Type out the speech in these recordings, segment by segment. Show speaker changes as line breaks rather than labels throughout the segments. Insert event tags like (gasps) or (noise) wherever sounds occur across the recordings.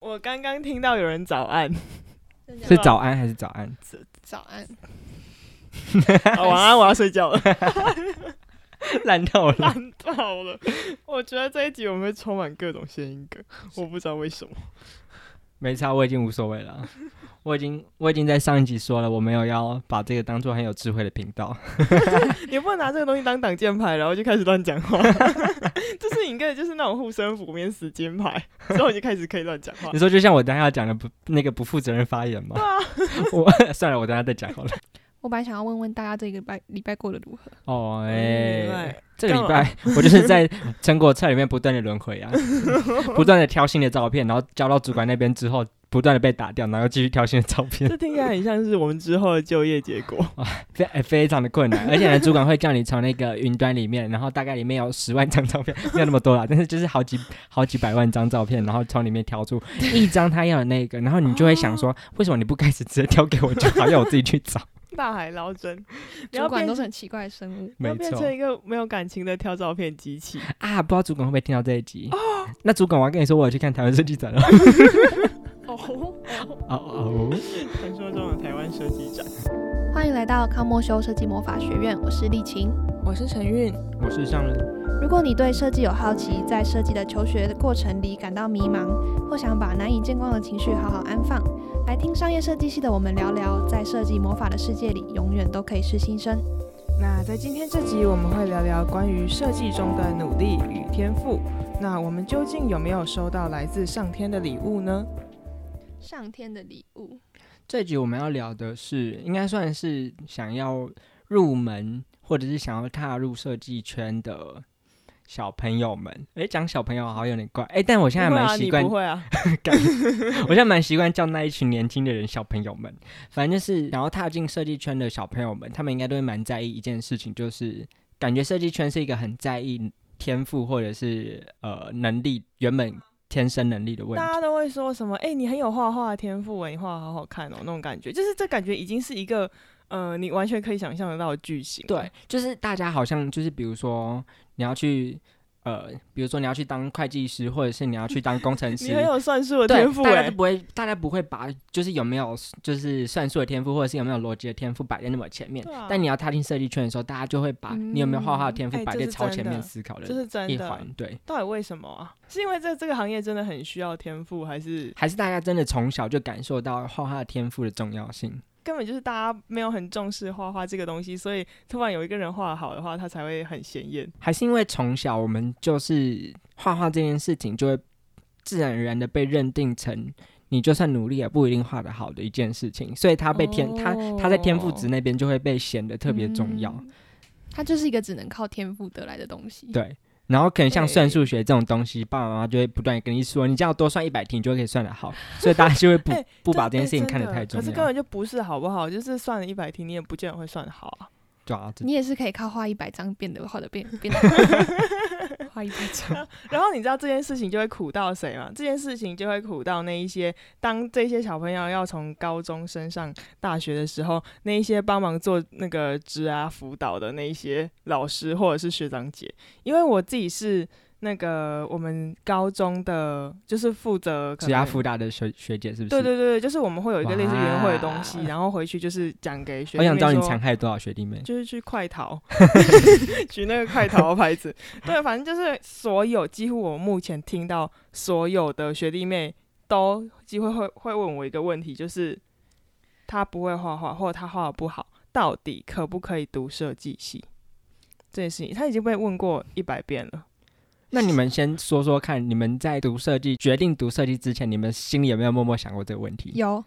我刚刚听到有人早 (laughs) 安，
真的
是
假
早安还是早安？
的早安，
啊晚安，我要睡 (laughs) 觉了，
(laughs) 烂透了。
烂到了。我觉得这一集我们会充满各种谐音梗，我不知道为什么。
没差，我已经无所谓了。我已经我已经在上一集说了，我没有要把这个当做很有智慧的频道。
你不能拿这个东西当挡箭牌，然后就开始乱讲话。 (laughs) 就是你跟就是那种护身符面死金 (laughs) 牌，之后你就开始可以乱讲话
你。说就像我等一下要讲的不那个不负责任发言吗？我 (laughs) 算了，我等一下再讲好了。
我本来想要问问大家这个礼拜礼拜过得如何，
哦，
嗯
哎、
对
这个礼拜 (laughs) 我就是在成果册里面不断的轮回 (laughs) 啊，不断的挑新的照片，然后交到主管那边之后，不断的被打掉，然后又继续挑新的照片，
这听起来很像是我们之后的就业结果。
非、哎非常的困难，而且呢， (laughs) 主管会叫你从那个云端里面，然后大概里面有十万张照片， (laughs) 没有那么多啦，但是就是好几好几百万张照片，然后从里面
(laughs)
挑出一张他要的那个，然后你就会想
哦
说，为什么你不开始直接挑给我就好，要我自己去
(laughs)
找？
(laughs) 大海捞针，你
主
要
管
变
都是很奇怪的生物。
你
没
要变
错
成一个没有感情的挑照片机器。
啊，不知道主管会不会听到这一
哦
集？那主管我要跟你说，我有去看台湾设计展了。
哦，
哦哦。
传说中的台湾设计展。
(laughs) 欢迎来到康莫修设计魔法学院，我是丽琴。
我是陈韵，
我是上人，
如果你对设计有好奇，在设计的求学的过程里感到迷茫，或想把难以见光的情绪好好安放，来听商业设计系的我们聊聊，在设计魔法的世界里，永远都可以是新生。
那在今天这集，我们会聊聊关于设计中的努力与天赋。那我们究竟有没有收到来自上天的礼物呢？
上天的礼物，
这集我们要聊的是，应该算是想要入门或者是想要踏入设计圈的小朋友们。诶，讲小朋友好像有点怪，诶，但我现在
不会
蛮
啊
习
你
惯
不，会啊？
我现在蛮习惯叫那一群年轻的人小朋友们。反正就是想要踏进设计圈的小朋友们，他们应该都会蛮在意一件事情，就是感觉设计圈是一个很在意天赋或者是呃能力原本天生能力的问题
大。家都会说什么？哎、你很有画画的天赋哎，你画得好好看哦，那种感觉，就是这感觉已经是一个，呃，你完全可以想象得到的巨型。
对，，就是大家好像就是，比如说你要去呃，比如说你要去当会计师，或者是你要去当工程
你
师
很。有算术的
对
天，赋
大家
哎
都，不会，大家不会把就是有没有就是算术的天赋，或者是有没有逻辑的天赋摆在那么前面。
对啊
但你要踏进设计圈的时候，大家就会把你有没有画画的天赋
哎
摆
这
在
是
超
真
前
的
面思考的
这是真
一
的
环。。对，
到底啊为什么啊？是因为这这个行业真的很需要天赋，还是
还是大家真的从小就感受到画画的天赋的重要性。
根本就是大家没有很重视画画这个东西，所以突然有一个人画得好的话，他才会很显眼。
还是因为从小我们就是画画这件事情，就会自然而然的被认定成你就算努力也不一定画得好的一件事情，所以他被天、他
哦
他在天赋值那边就会被显得特别重要。
嗯它就是一个只能靠天赋得来的东西。
对，然后可能像算
对
数学这种东西，爸爸妈妈就会不断地跟你说，你这样多算一百题，你就可以算
(laughs)
得好，所以大家就会不、
哎
不
这
把这件
哎
事情
真
看得
的
太重
可是根
要。
本就不是好不好？就是算了一百题，你也不见得会算得好啊。
对啊，这
你也是可以靠画一百张变得画的变变画一百张，
然后你知道这件事情就会苦到谁吗？这件事情就会苦到那一些当这些小朋友要从高中升上大学的时候，那一些帮忙做那个职啊辅导的那一些老师或者是学长姐，因为我自己是那个我们高中的，就是负责可
只要
能
复大的学学姐是不是？
对对对，对就是我们会有一个类似
哇
约会的东西，然后回去就是讲给学弟
我想
妹
知道你
说
残害多少学弟妹。
(laughs) 就是去快
(laughs)
逃， (laughs) 举那个快逃的牌子。对，反正就是所有几乎我目前听到所有的学弟妹都几乎会会问我一个问题，就是他不会画画，或者他画的不好，到底可不可以读设计系？这件事情他已经被问过一百遍了。
那你们先说说看，你们在读设计决定读设计之前，你们心里有没有默默想过这个问题？
有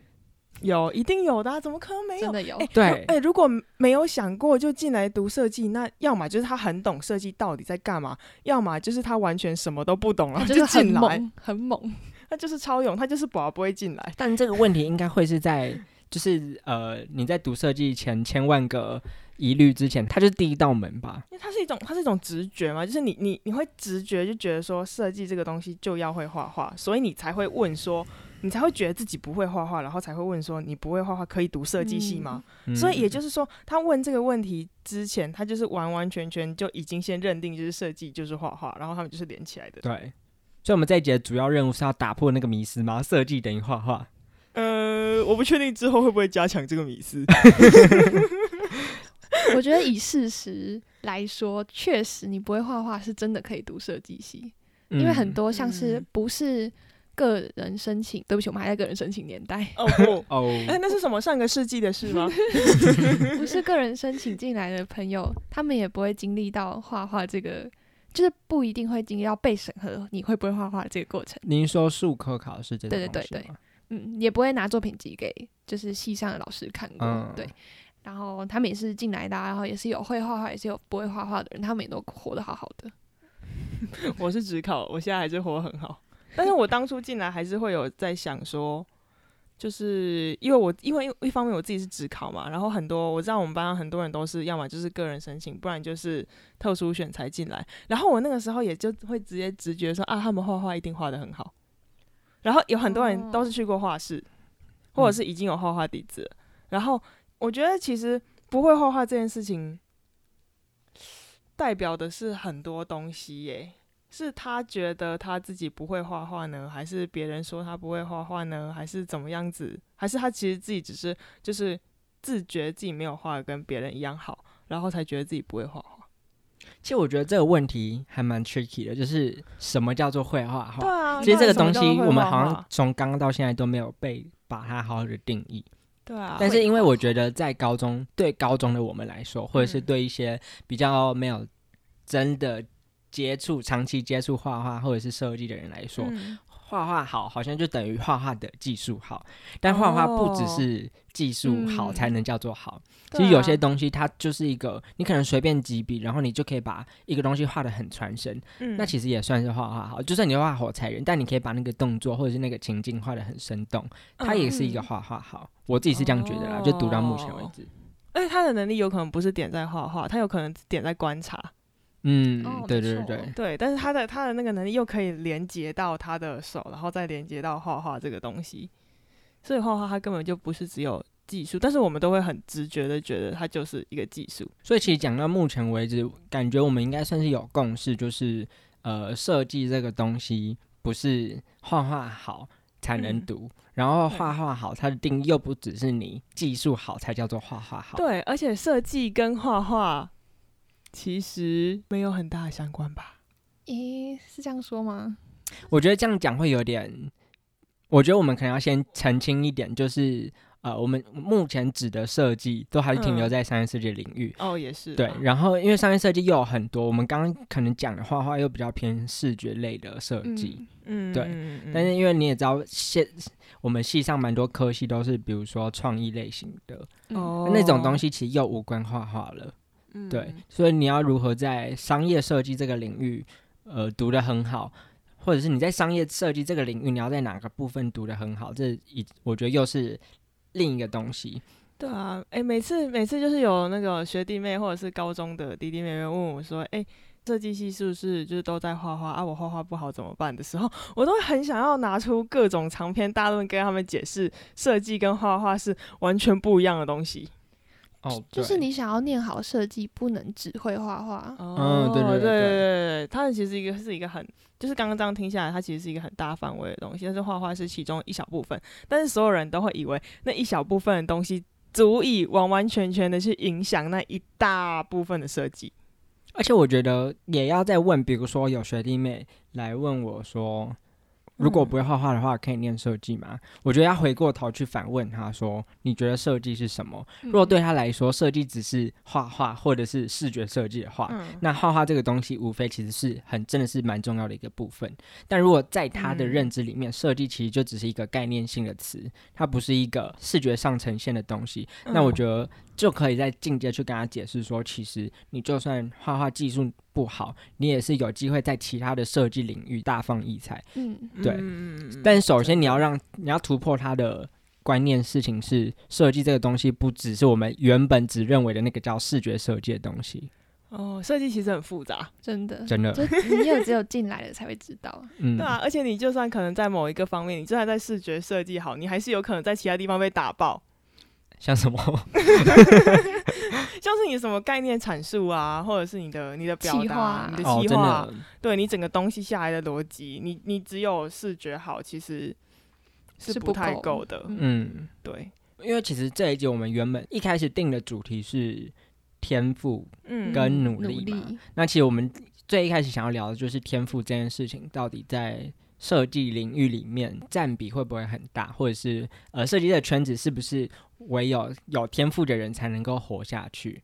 有，一定有的啊、怎么可能没有
真？的有
哎、。
对
如哎、如果没有想过就进来读设计，那要么就是他很懂设计到底在干嘛，要么就是他完全什么都不懂，然后
它就是很
哎进来，
猛，很猛。
他就是超勇，他就是宝不会进来。
但这个问题应该会是在，就是呃，你在读设计前千万个疑虑之前，它就是第一道门吧？
因为它是一种，它是一种直觉嘛，就是你你你会直觉就觉得说设计这个东西就要会画画，所以你才会问说，你才会觉得自己不会画画，然后才会问说你不会画画可以读设计系吗？
嗯
所以也就是说，他问这个问题之前，他就是完完全全就已经先认定就是设计就是画画，然后他们就是连起来的。
对。所以我们这一节的主要任务是要打破那个迷思嘛，设计等于画画。
呃，我不确定之后会不会加强这个迷思。
我觉得以事实来说，确实你不会画画是真的可以读设计系，因为很
嗯
多像是
嗯
不是个人申请，对不起，我们还在个人申请年代，
(laughs) 哦 (laughs) 不，
哦，
哎、那是什么上个世纪的事吗？
不是个人申请进来的朋友，他们也不会经历到画画这个，就是不一定会经历到被审核你会不会画画这个过程，
您说术科考试这种
对对对
东西
对
吗，
嗯，也不会拿作品集给就是系上的老师看过，
嗯
对。然后他们也是进来的啊、然后也是有会画画，也是有不会画画的人，他们也都活得好好的。
(laughs) 我是只考，我现在还是活得很 (laughs) 好。但是我当初进来还是会有在想说，就是因为我因为一方面我自己是只考嘛，然后很多我知道我们班上很多人都是要么就是个人申请，不然就是特殊选才进来。然后我那个时候也就会直接直觉说啊，他们画画一定画的很好。然后有很多人都是去过画室，或者
嗯
是已经有画画底子了。然后我觉得其实不会画画这件事情，代表的是很多东西耶。是他觉得他自己不会画画呢，还是别人说他不会画画呢，还是怎么样子？还是他其实自己只是就是自觉自己没有画的跟别人一样好，然后才觉得自己不会画画。
其实我觉得这个问题还蛮 tricky 的，就是什么叫做会画画？
啊
其实这个东西我们好像从刚刚到现在都没有被把它好好的定义。
对啊，
但是因为我觉得在高中，对高中的我们来说，或者是对一些比较没有真的接触、长期接触画画或者是设计的人来说，
嗯
画画好好像就等于画画的技术好，但画画不只是技术好
嗯
才能叫做好。其实有些东西它就是一个，你可能随便几笔，然后你就可以把一个东西画得很传神，
嗯
那其实也算是画画好。就算你画火柴人，但你可以把那个动作或者是那个情境画得很生动，它也是一个
嗯哦
画画好。我自己是这样觉得啦，就读到目前为止。
而且他的能力有可能不是点在画画，他有可能点在观察，
嗯，
哦没
对对
错
对对，
对，但是他的他的那个能力又可以连接到他的手，然后再连接到画画这个东西，所以画画它根本就不是只有技术，但是我们都会很直觉的觉得它就是一个技术。
所以其实讲到目前为止，感觉我们应该算是有共识，就是呃，设计这个东西不是画画好才能
嗯
读，然后
对
画画好它的定义又不只是你技术好才叫做画画好。
对，而且设计跟画画其实没有很大的相关吧？
咦，是这样说吗？
我觉得这样讲会有点，我觉得我们可能要先澄清一点，就是呃，我们目前指的设计都还是停留
嗯
在商业设计领域。
哦，也是啊。
对，然后因为商业设计又有很多，我们刚刚可能讲的画画又比较偏视觉类的设计，
嗯，
嗯，
对
嗯，嗯
但是因为你也知道，现我们系上蛮多科系都是，比如说创意类型的、
嗯，
哦
那种东西，其实又无关画画了。
嗯
对，所以你要如何在商业设计这个领域，呃，读得很好，或者是你在商业设计这个领域，你要在哪个部分读得很好，这一我觉得又是另一个东西。
对啊，哎、每次每次就是有那个学弟妹或者是高中的弟弟妹妹问我说，哎、设计系是不是就是都在画画啊？我画画不好怎么办的时候，我都会很想要拿出各种长篇大论跟他们解释，设计跟画画是完全不一样的东西。
哦，
就是
对
你想要念好设计，不能只会画画。
哦
对对对
对
对
对，它其实一个是一个很，就是刚刚这样听下来，它其实是一个很大范围的东西，但是画画是其中一小部分，但是所有人都会以为那一小部分的东西足以完完全全的去影响那一大部分的设计。
而且我觉得也要再问，比如说有学弟妹来问我说，如果
嗯
不会画画的话，可以念设计吗？我觉得要回过头去反问他说，你觉得设计是什么？如果对他来说，设计只是画画或者是视觉设计的话，
嗯，
那画画这个东西，无非其实是很真的是蛮重要的一个部分。但如果在他的
嗯
认知里面，设计其实就只是一个概念性的词，它不是一个视觉上呈现的东西。那
嗯
我觉得就可以再进阶去跟他解释说，其实你就算画画技术不好，你也是有机会在其他的设计领域大放异彩。
嗯，
嗯
对
嗯嗯嗯
但首先你要让你要突破他的观念，事情是设计这个东西不只是我们原本只认为的那个叫视觉设计的东西，
哦，设计其实很复杂，
真的，
真的，
就你也只有进来了才会知道。
嗯，
对啊，而且你就算可能在某一个方面，你就算在视觉设计好，你还是有可能在其他地方被打爆。
像什么？
像是就是你什么概念阐述啊，或者是你的你的表
企
达、
划啊
你的
哦，
计
真
划、
的
对你整个东西下来的逻辑，你你只有视觉好，其实
是
是
不
不太
够
够的。
嗯
嗯，
对，
因为其实这一集我们原本一开始定的主题是天赋，
嗯，
跟
努
努力嘛那其实我们最一开始想要聊的就是天赋这件事情，到底在设计领域里面占比会不会很大，或者是呃设计的圈子是不是唯有有天赋的人才能够活下去？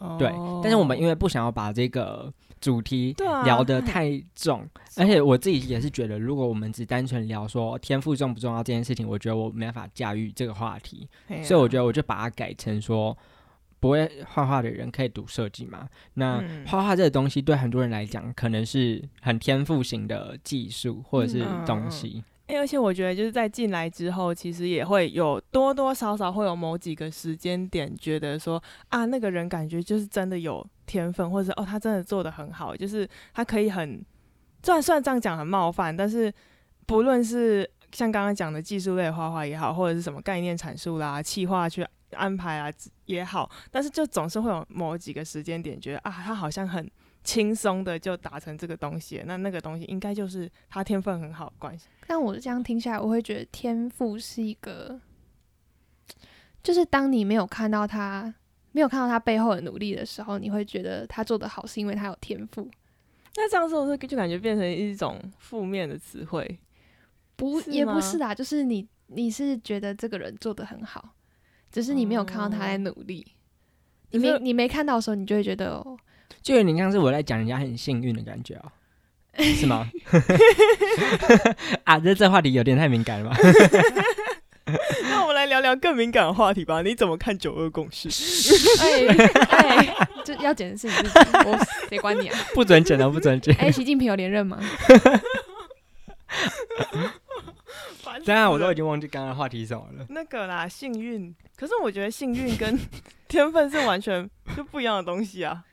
嗯
对，但是我们因为不想要把这个主题
哦对啊
聊得太重，而且我自己也是觉得，如果我们只单纯聊说天赋重不重要这件事情，我觉得我没办法驾驭这个话题，
嘿啊
所以我觉得我就把它改成说。不会画画的人可以读设计嘛？那
嗯
画画这个东西对很多人来讲，可能是很天赋型的技术或者是
嗯
东西。
欸而且我觉得就是在进来之后，其实也会有多多少少会有某几个时间点，觉得说啊，那个人感觉就是真的有天分，或者是哦，他真的做的很好，就是他可以很，虽然虽然这样讲很冒犯，但是不论是像刚刚讲的技术类画画也好，或者是什么概念阐述啦、企划去安排啊也好，但是就总是会有某几个时间点，觉得啊，他好像很。轻松的就达成这个东西了，那那个东西应该就是他天分很好的关系。
但我这样听下来，我会觉得天赋是一个，就是当你没有看到他，没有看到他背后的努力的时候，你会觉得他做得好是因为他有天赋，
那这样是不是就感觉变成一种负面的词汇？
不
是
也不
吗
是啦，就是你你是觉得这个人做得很好，只是你没有看到他在努力，你
可
没
是
你没看到的时候，你就会觉得哦，
就有点像是我在讲人家很幸运的感觉 (laughs) 哦，是吗？ (laughs) 啊，这这话题有点太敏感了吧？ (laughs)
那我们来聊聊更敏感的话题吧。你怎么看九二共 (laughs) 识？
(laughs) 哎哎，就要检视你自己，我谁管你啊？ (laughs)
不准剪哦，不准剪。 (laughs)
哎、习近平有连任吗？
当然，我都已经忘记刚刚的话题是什么了。
那个啦，幸运。可是我觉得幸运跟 (laughs) 天分是完全就不一样的东西啊。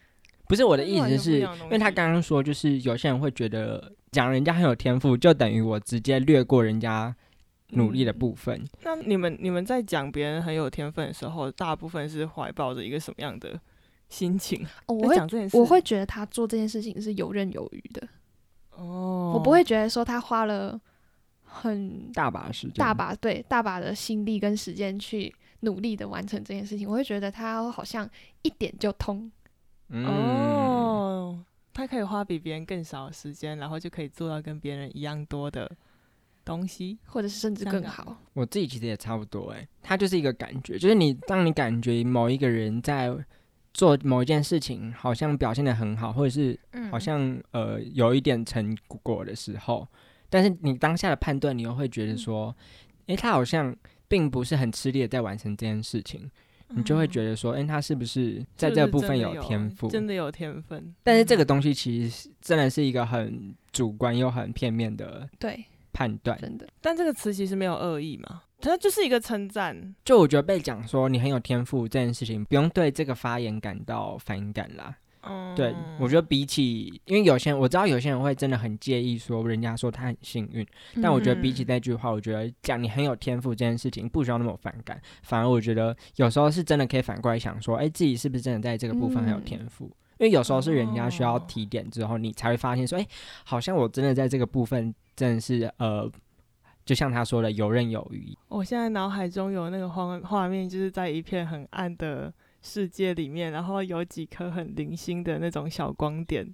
不是我的意
完全
思
不
是，
一样的东
因为他
西
刚刚说，就是有些人会觉得讲人家很有天赋，就等于我直接略过人家努力的部分。
(laughs) 那你们你们在讲别人很有天分的时候，大部分是怀抱着一个什么样的心情？啊
哦，我
在
会
讲这件事，
我会觉得他做这件事情是游刃有余的。
哦，
我不会觉得说他花了很
大把时间，
大把对大把的心力跟时间去努力的完成这件事情，我会觉得他好像一点就通。
嗯，
哦。他可以花比别人更少的时间，然后就可以做到跟别人一样多的东西。
或者是甚至
香
更
港
好，
我自己其实也差不多哎、欸，它就是一个感觉，就是你当你感觉某一个人在做某一件事情，好像表现的很好，或者是
嗯
好像呃有一点成果的时候，但是你当下的判断，你又会觉得说，
嗯
诶、他好像并不是很吃力的在完成这件事情，
嗯
你就会觉得说，诶、他是不是在
就
这
是
部
真
分
的
有天赋？
真的有天分。
但是这
嗯
个东西其实是真的是一个很主观又很片面的
对，
判断，
真的，
但这个词其实没有恶意嘛，它就是一个称赞。
就我觉得被讲说你很有天赋这件事情，不用对这个发言感到反感啦。
嗯，
对，我觉得比起，因为有些人我知道有些人会真的很介意说人家说他很幸运，
嗯
但我觉
嗯
得比起那句话，我觉得讲你很有天赋这件事情不需要那么反感，反而我觉得有时候是真的可以反过来想说，哎、自己是不是真的在这个部分很有
嗯
天赋？因为有时候是人家需要
哦
提点之后，你才会发现说，哎、好像我真的在这个部分真的是呃，就像他说的游刃有余，
我现在脑海中有那个画画面，就是在一片很暗的世界里面，然后有几颗很零星的那种小光点，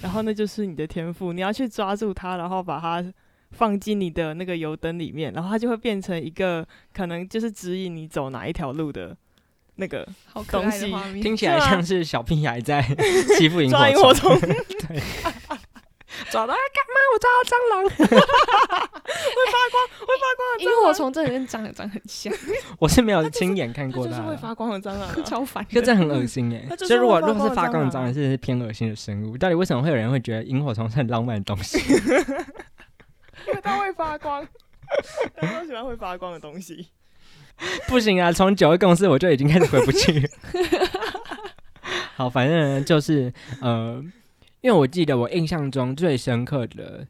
然后那就是你的天赋，你要去抓住它，然后把它。放进你的那个油灯里面，然后它就会变成一个可能就是指引你走哪一条路的那个
嗯好可爱
东
的
西
画面，
(laughs) 听起来
是啊
像是小屁孩在 (laughs) 欺负萤
啊抓
火
萤火虫。
虫，(laughs) 找到啊干嘛？我抓到蟑螂，
因为我从这里面长得长得很
(laughs)
像，
我是没有亲眼看
它
过
就是
它
会
啦。
发光的蟑
(laughs)
螂、啊。
超烦
可
的。
这很恶心耶！
它就是
所以如果
会发
如果是
光的
发光的
蟑
蟑
螂
螂，真的是偏恶心的生物。到底为什么会有人会觉得萤火虫是很浪漫的东
(laughs)
西？
因为它会发光， (laughs) 大家都喜欢会发光的东西。
不行啊，从九个公司我就已经开始回不
(laughs)
去了。好，反正呢就是呃，因为我记得我印象中最深刻的，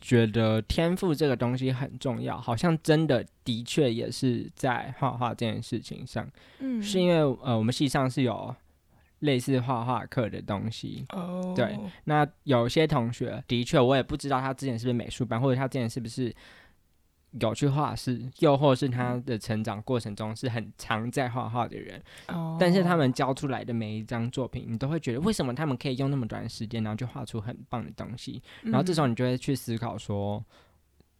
觉得天赋这个东西很重要，好像真的的确也是在画画这件事情上，
嗯
是因为呃我们系上是有类似画画课的东西。
哦
对，那有些同学的确，我也不知道他之前是不是美术班，或者他之前是不是有去画室，又或是他
嗯
的成长过程中是很常在画画的人。
哦
但是他们交出来的每一张作品，你都会觉得为什么他们可以用那么短的时间，然后就画出很棒的东西？
嗯
然后这时候你就会去思考说，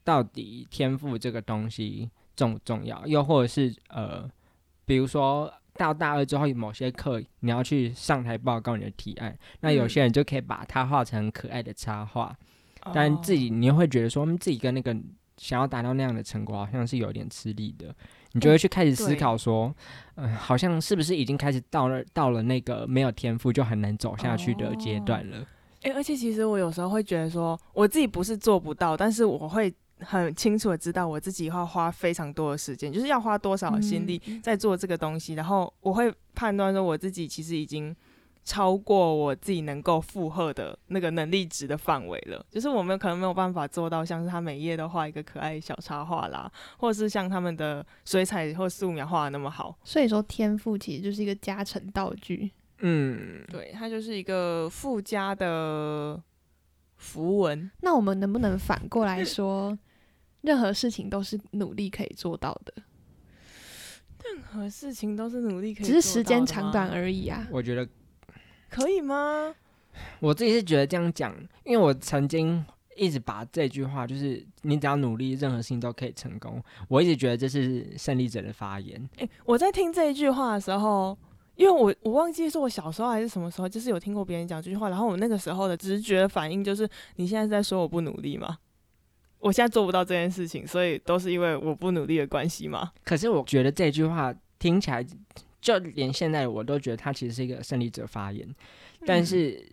到底天赋这个东西重不重要？又或者是呃，比如说到大二之后，某些课你要去上台报告你的提案，那有些人就可以把它画成很可爱的插画，
嗯
但自己你又会觉得说，嗯自己跟那个想要达到那样的成果好像是有点吃力的，你就会去开始思
对
考说，嗯、好像是不是已经开始到了到了那个没有天赋就很难走下去的阶段了？
哎、而且其实我有时候会觉得说，我自己不是做不到，但是我会很清楚的知道我自己要花非常多的时间，就是要花多少的心力
嗯
在做这个东西，然后我会判断说我自己其实已经超过我自己能够负荷的那个能力值的范围了，就是我们可能没有办法做到像是他每页都画一个可爱小插画啦，或者是像他们的水彩或素描画的那么好，
所以说天赋其实就是一个加成道具。
嗯，
对，它就是一个附加的符文。
那我们能不能反过来说，任何事情都是努力可以做到的，
任何呃事情都是努力可以，
只是时间长短，而已啊。
我觉得
可以吗？
我自己是觉得这样讲，因为我曾经一直把这句话，就是你只要努力，任何事情都可以成功。我一直觉得这是胜利者的发言。
诶、我在听这一句话的时候，因为我我忘记是我小时候还是什么时候，就是有听过别人讲这句话，然后我那个时候的直觉反应就是，你现在是在说我不努力吗？我现在做不到这件事情，所以都是因为我不努力的关系吗？
可是我觉得这句话听起来，就连现在我都觉得它其实是一个胜利者发言。但是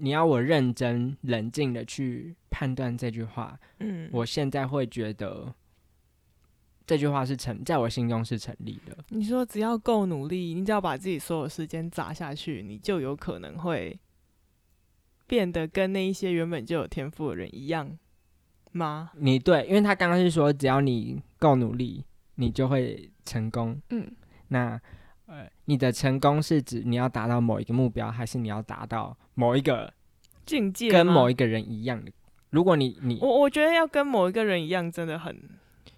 你要我认真冷静的去判断这句话，
嗯，
我现在会觉得这句话是成，在我心中是成立的。
你说只要够努力，你只要把自己所有时间砸下去，你就有可能会变得跟那一些原本就有天赋的人一样吗？
你对，因为他刚刚是说，只要你够努力，你就会成功。
嗯，
那呃，你的成功是指你要达到某一个目标，还是你要达到某一个
境界
跟
吗哦
某一个人一样的？如果你你
我我觉得要跟某一个人一样，真的很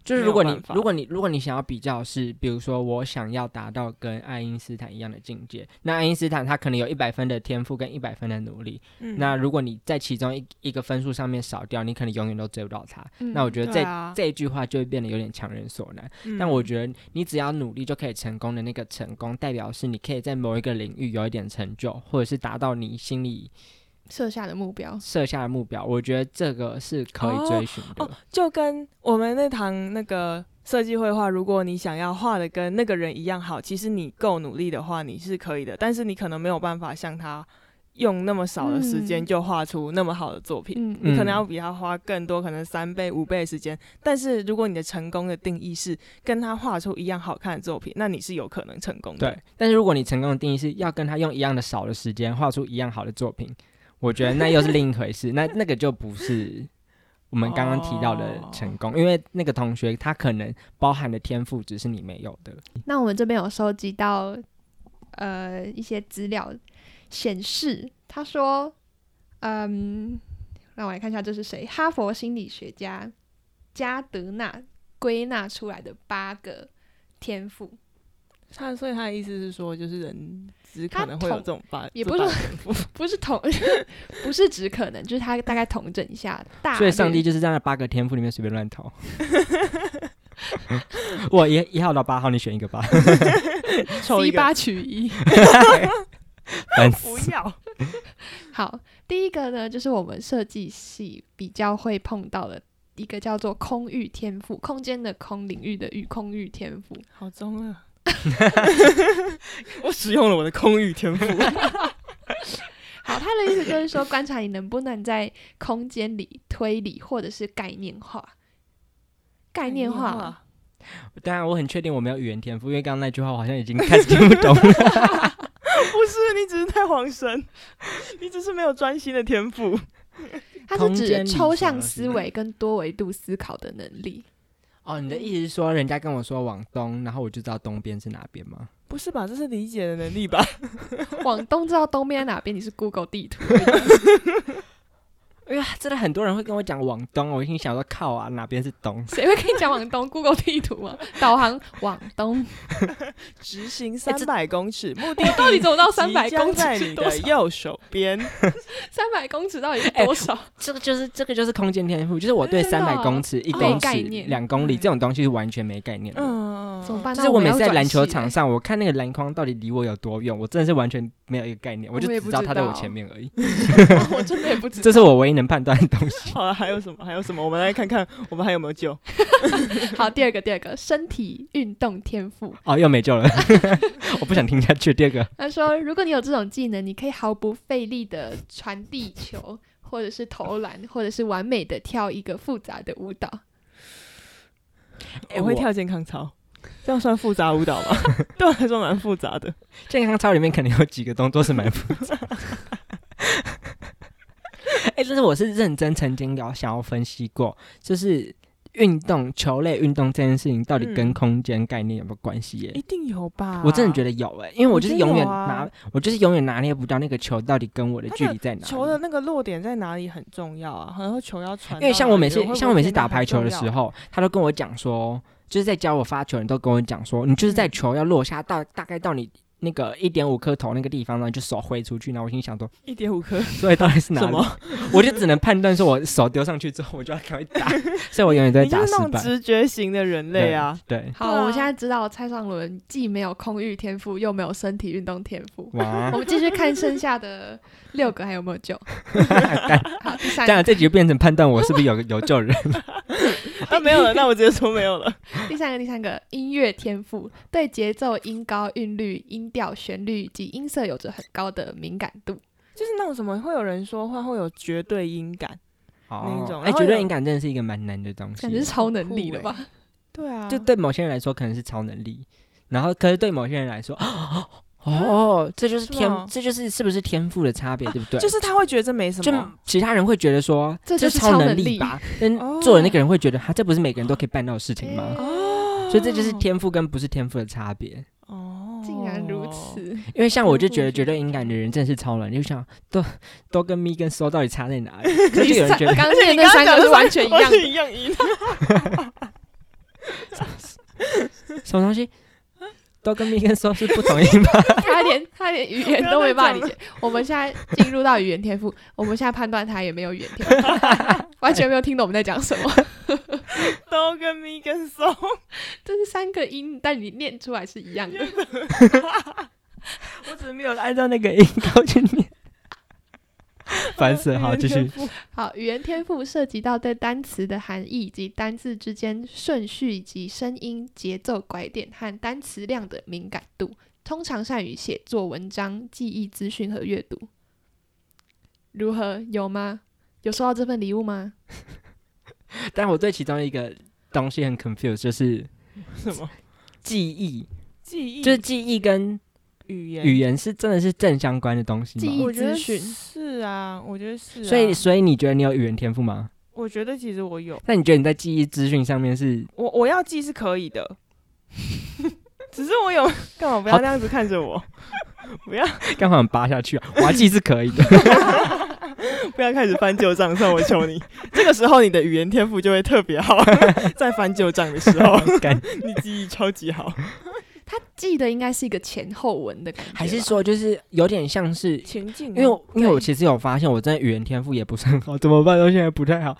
就是如果
没有
你
办法
如果你如果你想要比较是，比如说我想要达到跟爱因斯坦一样的境界，那爱因斯坦他可能有一百分的天赋跟一百分的努力，
嗯
那如果你在其中一一个分数上面少掉，你可能永远都追不到他。那我觉得
对
这、
啊
这一句话就会变得有点强人所难。
嗯
但我觉得你只要努力就可以成功的那个成功，代表是你可以在某一个领域有一点成就，或者是达到你心里
设下的目标，
设下的目标。我觉得这个是可以追寻的。
哦，就跟我们那堂那个设计绘画，如果你想要画的跟那个人一样好，其实你够努力的话，你是可以的，但是你可能没有办法像他用那么少的时间
嗯
就画出那么好的作品。
嗯
你可能
嗯
要比他花更多，可能三倍、五倍的时间。但是如果你的成功的定义是跟他画出一样好看的作品，那你是有可能成功的。
对，但是如果你成功的定义是要跟他用一样的少的时间画出一样好的作品，我觉得那又是另一回事， (laughs) 那那个就不是我们刚刚提到的成功，因为那个同学他可能包含的天赋只是你没有的。
那我们这边有收集到呃一些资料，显示他说，嗯，让我来看一下这是谁？哈佛心理学家加德纳归纳出来的八个天赋，
他所以他的意思是说，就是人只
他
可能会有
统
这种发，
也
这
不是
种
说
天赋
不是统， (laughs) 不是只可能，就是他大概统整一下，大
所以上
略
帝就是在那八个天赋里面随便乱投。 (laughs) 我一一号到八号，你选一个吧。
抽一
七
个
八取一。
烦
不
死
要。
好，第一个呢，就是我们设计系比较会碰到的一个叫做空域天赋，空间的空，领域的域，空域天赋。
好啊中二。 (laughs) 我使用了我的空域天赋。
好，他的意思就是说，观察你能不能在空间里推理或者是概念化。概念化，
当然，我很确定我没有语言天赋，因为刚刚那句话我好像已经开始听不懂
(laughs)
了。(laughs)
不是你只是太慌神， (laughs) 你只是没有专心的天赋。
它是
空
指
间
抽
理想
象
啊
思
是
维跟多维度思考的能力。
哦，你的意思是说，人家跟我说往东，然后我就知道东边是哪边吗？
不是吧？这是理解的能力吧？ (laughs)
往东知道东边在哪边，你是 Google 地图。
哎呀，真的很多人会跟我讲往东，我心里想说靠啊，哪边是东？
谁会跟你讲往东？Google 地图啊，导航往东。
直行三百公尺，目的
我到底怎么到三
即
百
将
公
在
尺
你
是
的
多少？
右手边。
三百公尺到底是多少？
(laughs) 这个就是这个就是空间天赋，就是我对
真的
三
哦
百公尺、一
哦
公
没概
尺
念、
两公里这种东西是完全没概念的。
(laughs) 嗯，
怎么办？
就是
那
我
们
每
要
次在
转
篮球
系 (laughs)
场
欸，
上，我看那个篮筐到底离我有多远，我真的是完全没有一个概念，我就
我也
只
不
知道
知
它在我
道
前面
(laughs)
而已。
我真的也不知道。
(laughs) 这是我唯一能判断的东西。
好了，还有什么？还有什么？我们来看 (laughs) 看我们还有没有救。
好，第二个，第二个，身体运动天赋。
哦，又没救了， (laughs) 我不想听下去。第二个，
他说，如果你有这种技能，你可以毫不费力的传递球，或者是投篮，或者是完美的跳一个复杂的舞蹈。
哎我会跳健康操，这样算复杂舞蹈 (laughs) 吗？对我来说蛮复杂的。
健康操里面可能有几个动作是蛮复杂的。 (laughs) 哎、但是我是认真曾经有想要分析过，就是运动球类运动这件事情到底跟
嗯
空间概念有没有关系耶、
一定有
啊
吧？
我真的觉得有哎、
哦
因为我就是永远
一定有啊
拿，我就是永远拿捏不到那个球到底跟我的距离在哪里。
球的那个落点在哪里很重要啊，然后球要传到哪里。
因为像我每次
会不会
像我每次
变得
打排球的
很重
时
要，
候，他都跟我讲说，就是在教我发球，你都跟我讲说，你就是
嗯
在球要落下到大概到你那个一点五颗头那个地方呢，就手挥出去。然后我心里想说，
一点五颗
所以到底是 (laughs) 哪
什
里？
么？
我就只能判断说，我手丢上去之后，我就要赶快打，所以我永远
(laughs)
都
你
会
就
打
是那
失
种
败。
直觉型的人类
(laughs)
啊！
对，
好，
对啊
我现在知道蔡尚伦既没有空域天赋，又没有身体运动天
(laughs)
赋。
(laughs)
哇
我，们继续看剩下的六个还有没有救？好，第三
这样这集就变成判断我是不是有有救人。
啊，没有了，那我直接说没有
(laughs)
了。
第三个，第三个，音乐天赋对节奏、音高、韵律、音调、旋律及音色有着很高的敏感度。
就是那种什么，会有人说话会有绝对音感， (laughs) 那一种
哦
然
哎，
后
绝
有
对音感真的是一个蛮难的东西啊
感觉是
耶，
超能力了吧？
(laughs) 对啊，
就对某些人来说可能是超能力，然后可是对某些人来说， (gasps) 哦，这就是
是
天
吗，
这就是是不是天赋的差别，对不对？
就是他会觉得这没什
就
么，
其他人会觉得说
这就是
是
超
超
能力
力吧，但
哦
做的那个人会觉得他这不是每个人都可以办到的事情吗？
哦
嗯所以这就是天赋跟不是天赋的差别。
(laughs) 哦，
竟然如。此，
因为像我就觉
天
得
赋
绝对音感的人真的是超人，就想都都跟咪跟搜到底差在哪 (laughs) 里？可是有人觉得
刚刚念那三个是完全一样的。
一样一样。
什么东西都跟咪跟搜是不同音吧？
他连他连语言都没办法理解。我们现在进入到语言天赋，我们现在判断他也没有语言天赋， (laughs) 完全没有听懂我们在讲什么。 (laughs)
都跟咪跟松，
(laughs)
这是三个音，但你念出来是一样的。
我只是没有按
按照那个音高去 (laughs) 念，烦死了。
(laughs)
好，继续。 (laughs)
好，语言天赋涉及到对单词的含义以及单字之间顺序以及声音、节奏、拐点和单词量的敏感度，通常善于写作文章、记忆资讯和阅读。如何？有吗？有收到这份礼物吗？
但我对其中一个东西很 confused，就是
什么
记忆，
记忆，
就是记忆跟
语言
语言是真的是正相关的东西
记
吗
忆？
我觉得
资讯
是啊，我觉得是、啊。
所以，所以你觉得你有语言天赋吗？
我觉得其实我有，
那你觉得你在记忆资讯上面是
我我要记是可以的， (laughs) 只是我有干嘛不要
好
这样子看着我，不要
刚好很扒下 (laughs) 去啊？我还记是可以的。
(laughs) 不要开始翻旧账，算我求你。 (laughs) 这个时候你的语言天赋就会特别 (laughs) 好，在翻旧账的时 (laughs) 候，
干
你记忆超级好，
他记得应该是一个前后文的感觉吧，
还是说就是有点像是，
前进、啊
因为我因为我
对
其实有发现，我真的语言天赋也不是很好，怎么办？到现在不太 (laughs) 好。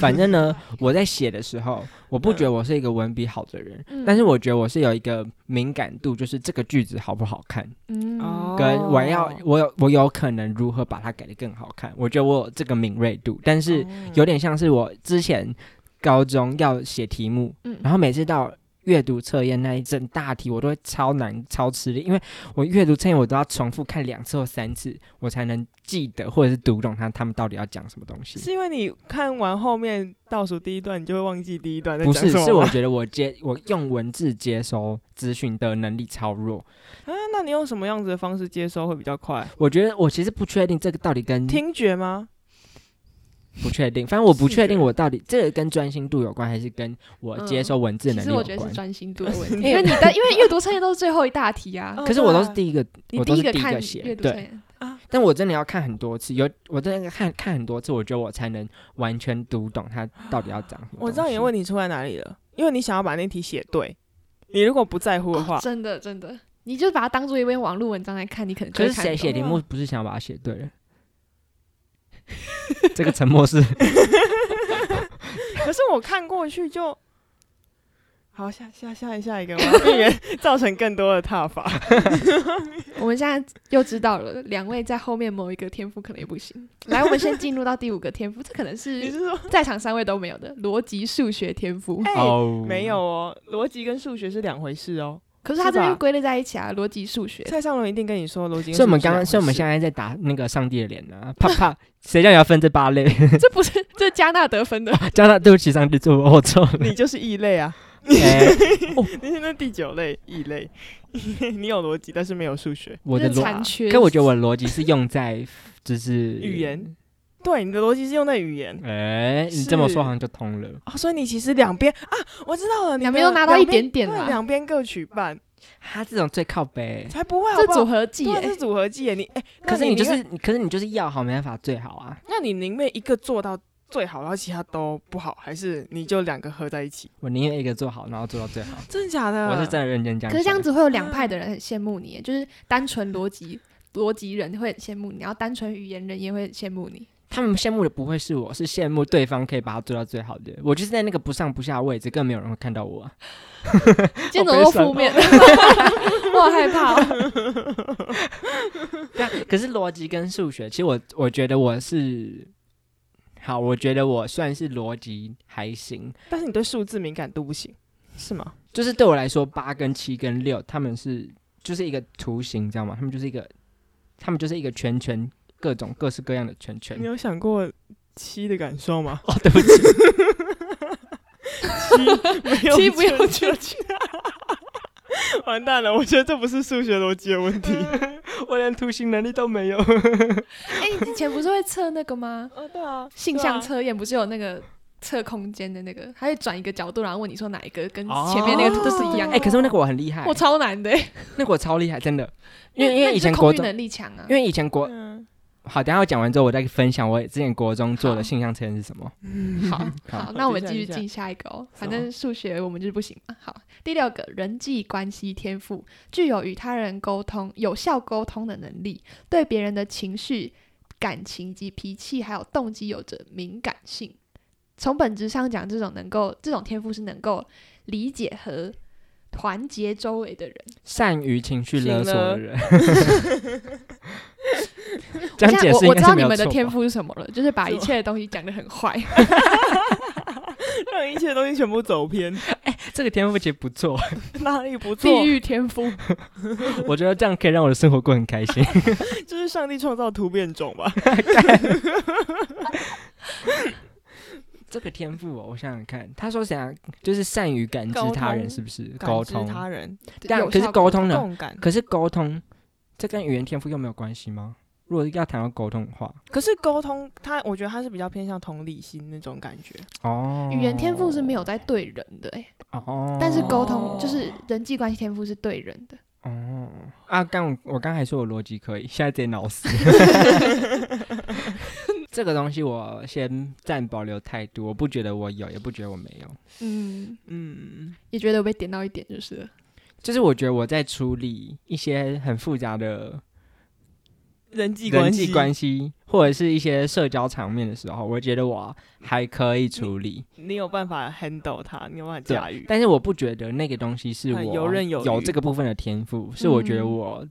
反正呢，我在写的时候，我不觉得我是一个文笔好的人，
嗯
但是我觉得我是有一个敏感度，就是这个句子好不好看，
嗯
哦
跟我要我有我有可能如何把它改得更好看。我觉得我有这个敏锐度，但是。
哦
有点像是我之前高中要写题目，
嗯
然后每次到阅读测验那一整大题，我都会超难、超吃力，因为我阅读测验我都要重复看两次或三次，我才能记得或者是读懂他他们到底要讲什么东西。
是因为你看完后面倒数第一段，你就会忘记第一段在
不
讲
是，
什么吗。啊
是我觉得我接我用文字接收资讯的能力超弱。
啊，那你用什么样子的方式接收会比较快？
我觉得我其实不确定这个到底跟
听觉吗？
不确定，反正我不
视
确定
觉
我到底这个跟专心度有关，还是跟我接收文字
其
能
实
力有
我觉得
关
是。专心度的问题，因为你的因为阅读测验都是最后一大题啊，
哦
可是我都是
对啊
第一个，
你
我都
一
是
个
第一
看
个
阅
写，
读测
对。
验，
但我真的要看很多次，有我真的看看很多次，我觉得我才能完全读懂它到底要讲什么东西。
我知道你的问题出在哪里了，因为你想要把那题写对。你如果不在乎的
哦
话，
真的真的，你就把它当做一篇网络文章来看，你可能就
可
会
是
看
谁写
懂
题目不是想把它写对了？这个沉默是
(laughs) 可是我看过去就。好，下下下一下一个，我 (laughs) 要避免造成更多的踏法。
我们现在又知道了，两位在后面某一个天赋可能也不
(laughs)
行。来，我们先进入到第五个天赋，这可能
你
是
是说
在场三位都没有的逻辑数学天赋。
哎、
哦，
没有哦，逻辑跟数学是两回事哦。
可是他这边
是
又
吧
归类在一起啊，逻辑数学。
蔡尚伦一定跟你说逻辑跟数学是两回事。
所以我们刚刚，所以我们现在在打那个上帝的脸呢、啊啪啪，谁叫你要分这八类？ (laughs)
这不是这是加纳得分的，
叫他对不起上帝，做我错了。
(laughs) 你就是异类啊，
哎
你是那第九类异类， (laughs) 你有逻辑但是没有数学。
(laughs)
我的
这是残
逻，
缺。
可我觉得我的逻辑是用在就是
语言。对，你的逻辑是用在语言
哎、你这么
是
说好像就通了。
哦，所以你其实两边啊，我知道了，你的
两边都拿到一点点
对
啦
两边各取半，
他、这种最靠北，
才不会好
这
不好
组合技、
对啊
欸
这，组合技耶，你哎，那
可是你就
宁
是
愿，
可是你就是要好，没办法最好啊。
那你宁愿一个做到最好，然后其他都不好，还是你就两个合在一起？
我宁愿一个做好，然后做到最好。
真的假的？
我是真的认
啊
真这样想。
可是这样子会有两派的人很羡慕你欸，就是单纯逻辑逻辑人会很羡慕你，然后单纯语言人也会很羡慕你。
他们羡慕的不会是我，是羡慕对方可以把它做到最好的。我就是在那个不上不下的位置，更没有人会看到我、啊。
(laughs) 今天怎
好
么都
悲伤
负面，我好害怕、哦。
对啊，可是逻辑跟数学，其实我我觉得我是好，我觉得我算是逻辑还行，
但是你对数字敏感度不行，是吗？
就是对我来说，八跟七跟六，他们是就是一个图形，你知道吗？他们就是一个，他们就是一个圈圈，各种各式各样的圈圈
你。有想过七的感受 (laughs) 吗？
(laughs) 哦，对不起，
没有
七不要
圈圈 (laughs) 完蛋了，我觉得这不是数学逻辑的问 (laughs) 题。
我连图形能力都没有。
哎、你以前不是会测那个吗？
哦，对啊，
性向测验不是有那个测空间的那个，它会转一个角度，然后问你说哪一个跟哦前面那个都是一样
哎、
的。
可是那个我很厉害
我，超难的欸、
那个我超厉害，真的。因为因
那
为
你
以前
是
国
控制
中，
能力强啊
因。为以前国
嗯，
好，等一下我讲完之后，我再分享我之前国中做的性向测验是什么。
好
好
好，那我们
接下
继续
来
进下一个哦。
什
反
么
正数学我们就是不行嘛。好，第六个人际关系天赋，具有与他人沟通、有效沟通的能力，对别人的情绪、感情及脾气还有动机有着敏感性。从本质上讲，这种能够这种天赋是能够理解和团结周围的人。
善于情绪
行
勒索
了
的人。 (laughs) 这样
现
解
在我
释应
我知
该是
道
没
你
有
们的
错
天
吧
赋是什么了，就是把
是
一
吗
切的东西讲得很坏。
让一切东西全部走 (laughs) 偏，
这个天赋其实不错，
哪里不错？
地狱天赋，
我觉得这样可以让我的生活过得很开心。
这是上帝创造突变种吧？
(laughs) 这个天赋、哦，我想想看，他说想就是善于感知
沟
他人，
通
是不是
感
沟通
知？他人
但
有
可是
效
沟通呢？
共感，
可是沟通，这跟语言天赋又没有关系吗？如果要谈到沟通的话，
可是沟通，他我觉得他是比较偏向同理心那种感觉。
哦，
语言天赋是没有在对人的、欸，
哦，
但是沟通就是人际关系天赋是对人的，
哦啊，刚我我刚还说我逻辑可以，现在直接
(laughs)
脑死。这个东西我先暂保留态度，我不觉得我有，也不觉得我没有。
嗯，
嗯，
也觉得我被点到一点就是了，
就是我觉得我在处理一些很复杂的
嗯人际
人
关
际
系，
关系，或者是一些社交场面的时候，我觉得我还可以处理，
你有办法 handle 它，你有办法
对
嗯驾驭。
但是我不觉得那个东西是我
很游刃有余
有这个部分的天赋，是我觉得
嗯
我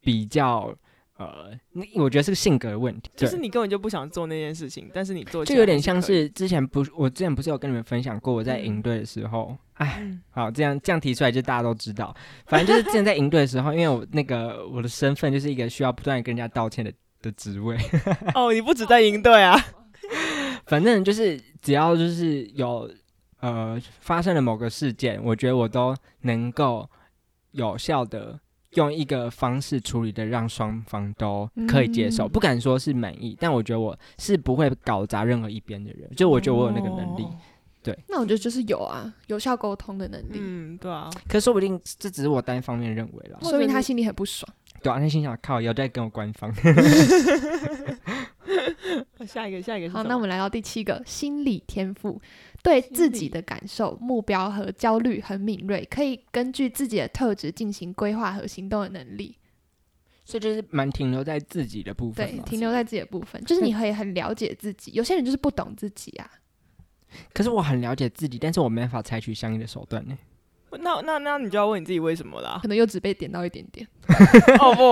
比较呃，那我觉得是性格的问题，
就
对
是你根本就不想做那件事情，但是你做起
就
来
有点像
还可以，
是之前不是，我之前不是有跟你们分享过，我在营队的时候，哎、
嗯
好，这样这样提出来就大家都知道。反正就是之前在营队的时候，因为我那个我的身份就是一个需要不断地跟人家道歉的的职位，
(laughs) 哦，你不止在应
(laughs)
对啊，
反正就是只要就是有呃发生了某个事件，我觉得我都能够有效的用一个方式处理的，让双方都可以接受，
嗯
不敢说是满意，但我觉得我是不会搞砸任何一边的人，就我觉得我有那个能力。
哦
那我觉得就是有啊，有效沟通的能力，
嗯，对啊，
可说不定这只是我单方面认为啦。
或
说明
者
他
是
心里很不爽。
对啊，那心想靠有在跟我官方，
那下一个，下一个是
好，
什
那我
么
们来到第七个心理天赋，对自己的感受、目标和焦虑很敏锐，可以根据自己的特质进行规划和行动的能力。
所以就是蛮停留在自己的部分
对
嘛，。
停留在自己的部分，就是你可以很了解自己。有些人就是不懂自己啊，
可是我很了解自己，但是我没办法采取相应的手段呢。
那那那你就要问你自己为什么
(laughs)
啦。
可能又只被点到一点点。
哦不，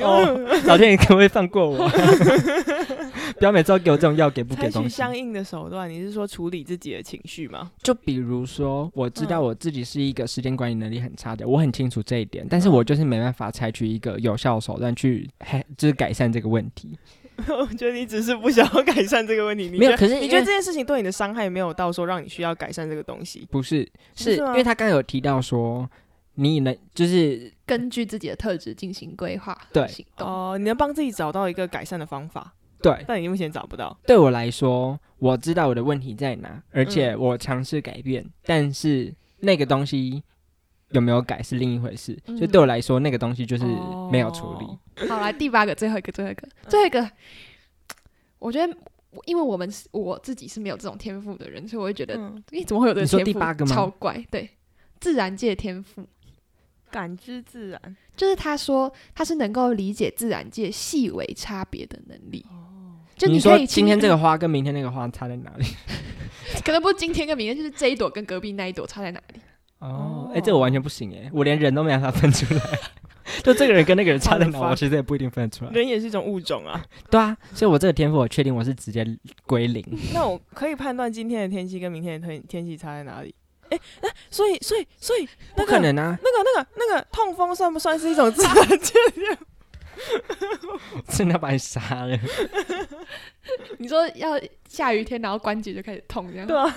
(laughs)
(laughs) 哦，老天爷可不可以放过 (laughs) 我？不要每次都给我这种要给不
采
给
取
东西。
相应的手段，你是说处理自己的情绪吗？ (laughs)
就比如说，我知道我自己是一个时间管理能力很差的，我很清楚这一点，但是我就是没办法采取一个有效的手段去，嘿就是改善这个问题。
我觉得你只是不想要改善这个问题，你
没有
觉得
可是因
你
为
觉得这件事情对你的伤害没有到说让你需要改善这个东西？
不是，
不
是
是吗
因为他刚刚有提到说，你能就是
根据自己的特质进行规划和
对
行动。
哦、你能帮自己找到一个改善的方法，
对
但你目前找不到。
对我来说，我知道我的问题在哪，而且我尝试改变，但是那个东西有没有改是另一回事。
嗯
所以对我来说，那个东西就是没有处理。
哦
好，来第八个，最后一个，最后一个，
嗯
最后一个，我觉得我。因为我们是我自己是没有这种天赋的人，所以我会觉得，
嗯，
你怎么会有这个
你说
天赋？
第八个吗
超怪，对，自然界天赋，
感知自然。
就是他说他是能够理解自然界细微差别的能力。
哦，
就
你
可
说
以
今天
清
这个花跟明天那个花差在哪里？
(laughs) 可能不是今天跟明天，就是这一朵跟隔壁那一朵差在哪里？
哦
哦，
哎、这我完全不行哎、我连人都没办法分出来。就这个人跟那个人差在哪，
好的
我其实也不一定分得出来。
人也是一种物种啊。
对啊，所以我这个天赋，我确定我是直接归零。
那我可以判断今天的天气跟明天的天天气差在哪里。哎、那所以所以所以
不
那
可
个
能啊，
那个那个那个痛风算不算是一种自然界的？
真的要把你杀了。
你说要下雨天，然后关节就开始痛，这样
对啊，。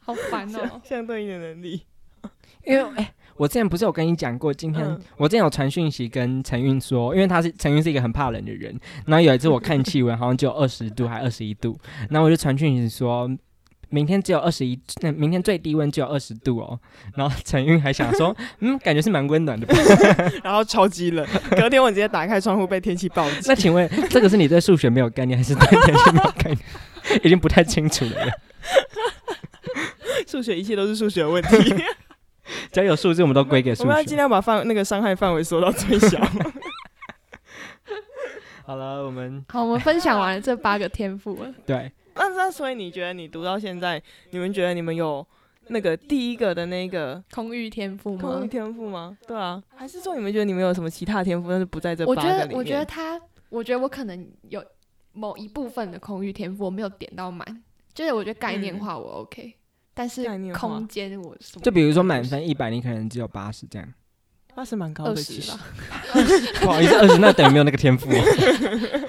好烦哦
(laughs) 相对应的能力。
因为哎、我之前不是有跟你讲过，今天、
嗯
我之前有传讯息跟陈韵说，因为他是陈韵是一个很怕冷的人，然后有一次我看气温好像只有二十度还二十一度，然后我就传讯息说。明天只有二十一，那明天最低温只有二十度哦。然后陈韵还想说，嗯，感觉是蛮温暖的吧。
(laughs) 然后超级冷，隔天我直接打开窗户被天气暴击。
那请问，这个是你对数学没有概念，还是对天气没有概念？ (laughs) 已经不太清楚了。
(laughs) 数学一切都是数学的问题，
只要有数字，我们都归给
(laughs) 我
数
们要尽
学。
量把范那个伤害范围缩到最 (laughs) 小。
好了，我们
好，我们分享完了这八个天赋
嗯
了，
对
那那所以你觉得你读到现在，你们觉得你们有那个第一个的那个
空域天赋
空
吗
域？天赋吗？对啊，还是说你们觉得你们有什么其他天赋，但是不在这
我
八
觉
个
得
里，面？
我觉得他，我觉得我可能有某一部分的空域天赋我没有点到满，就是我觉得概念化我 OK，、但是
概念化
空间我什么
嗯就比如说满分一百，你可能只有八十这样。
那是蛮高
二
的，其
十
实
吧。 (laughs)
不好意思，二十那等于没有那个天赋、 (laughs) 哦，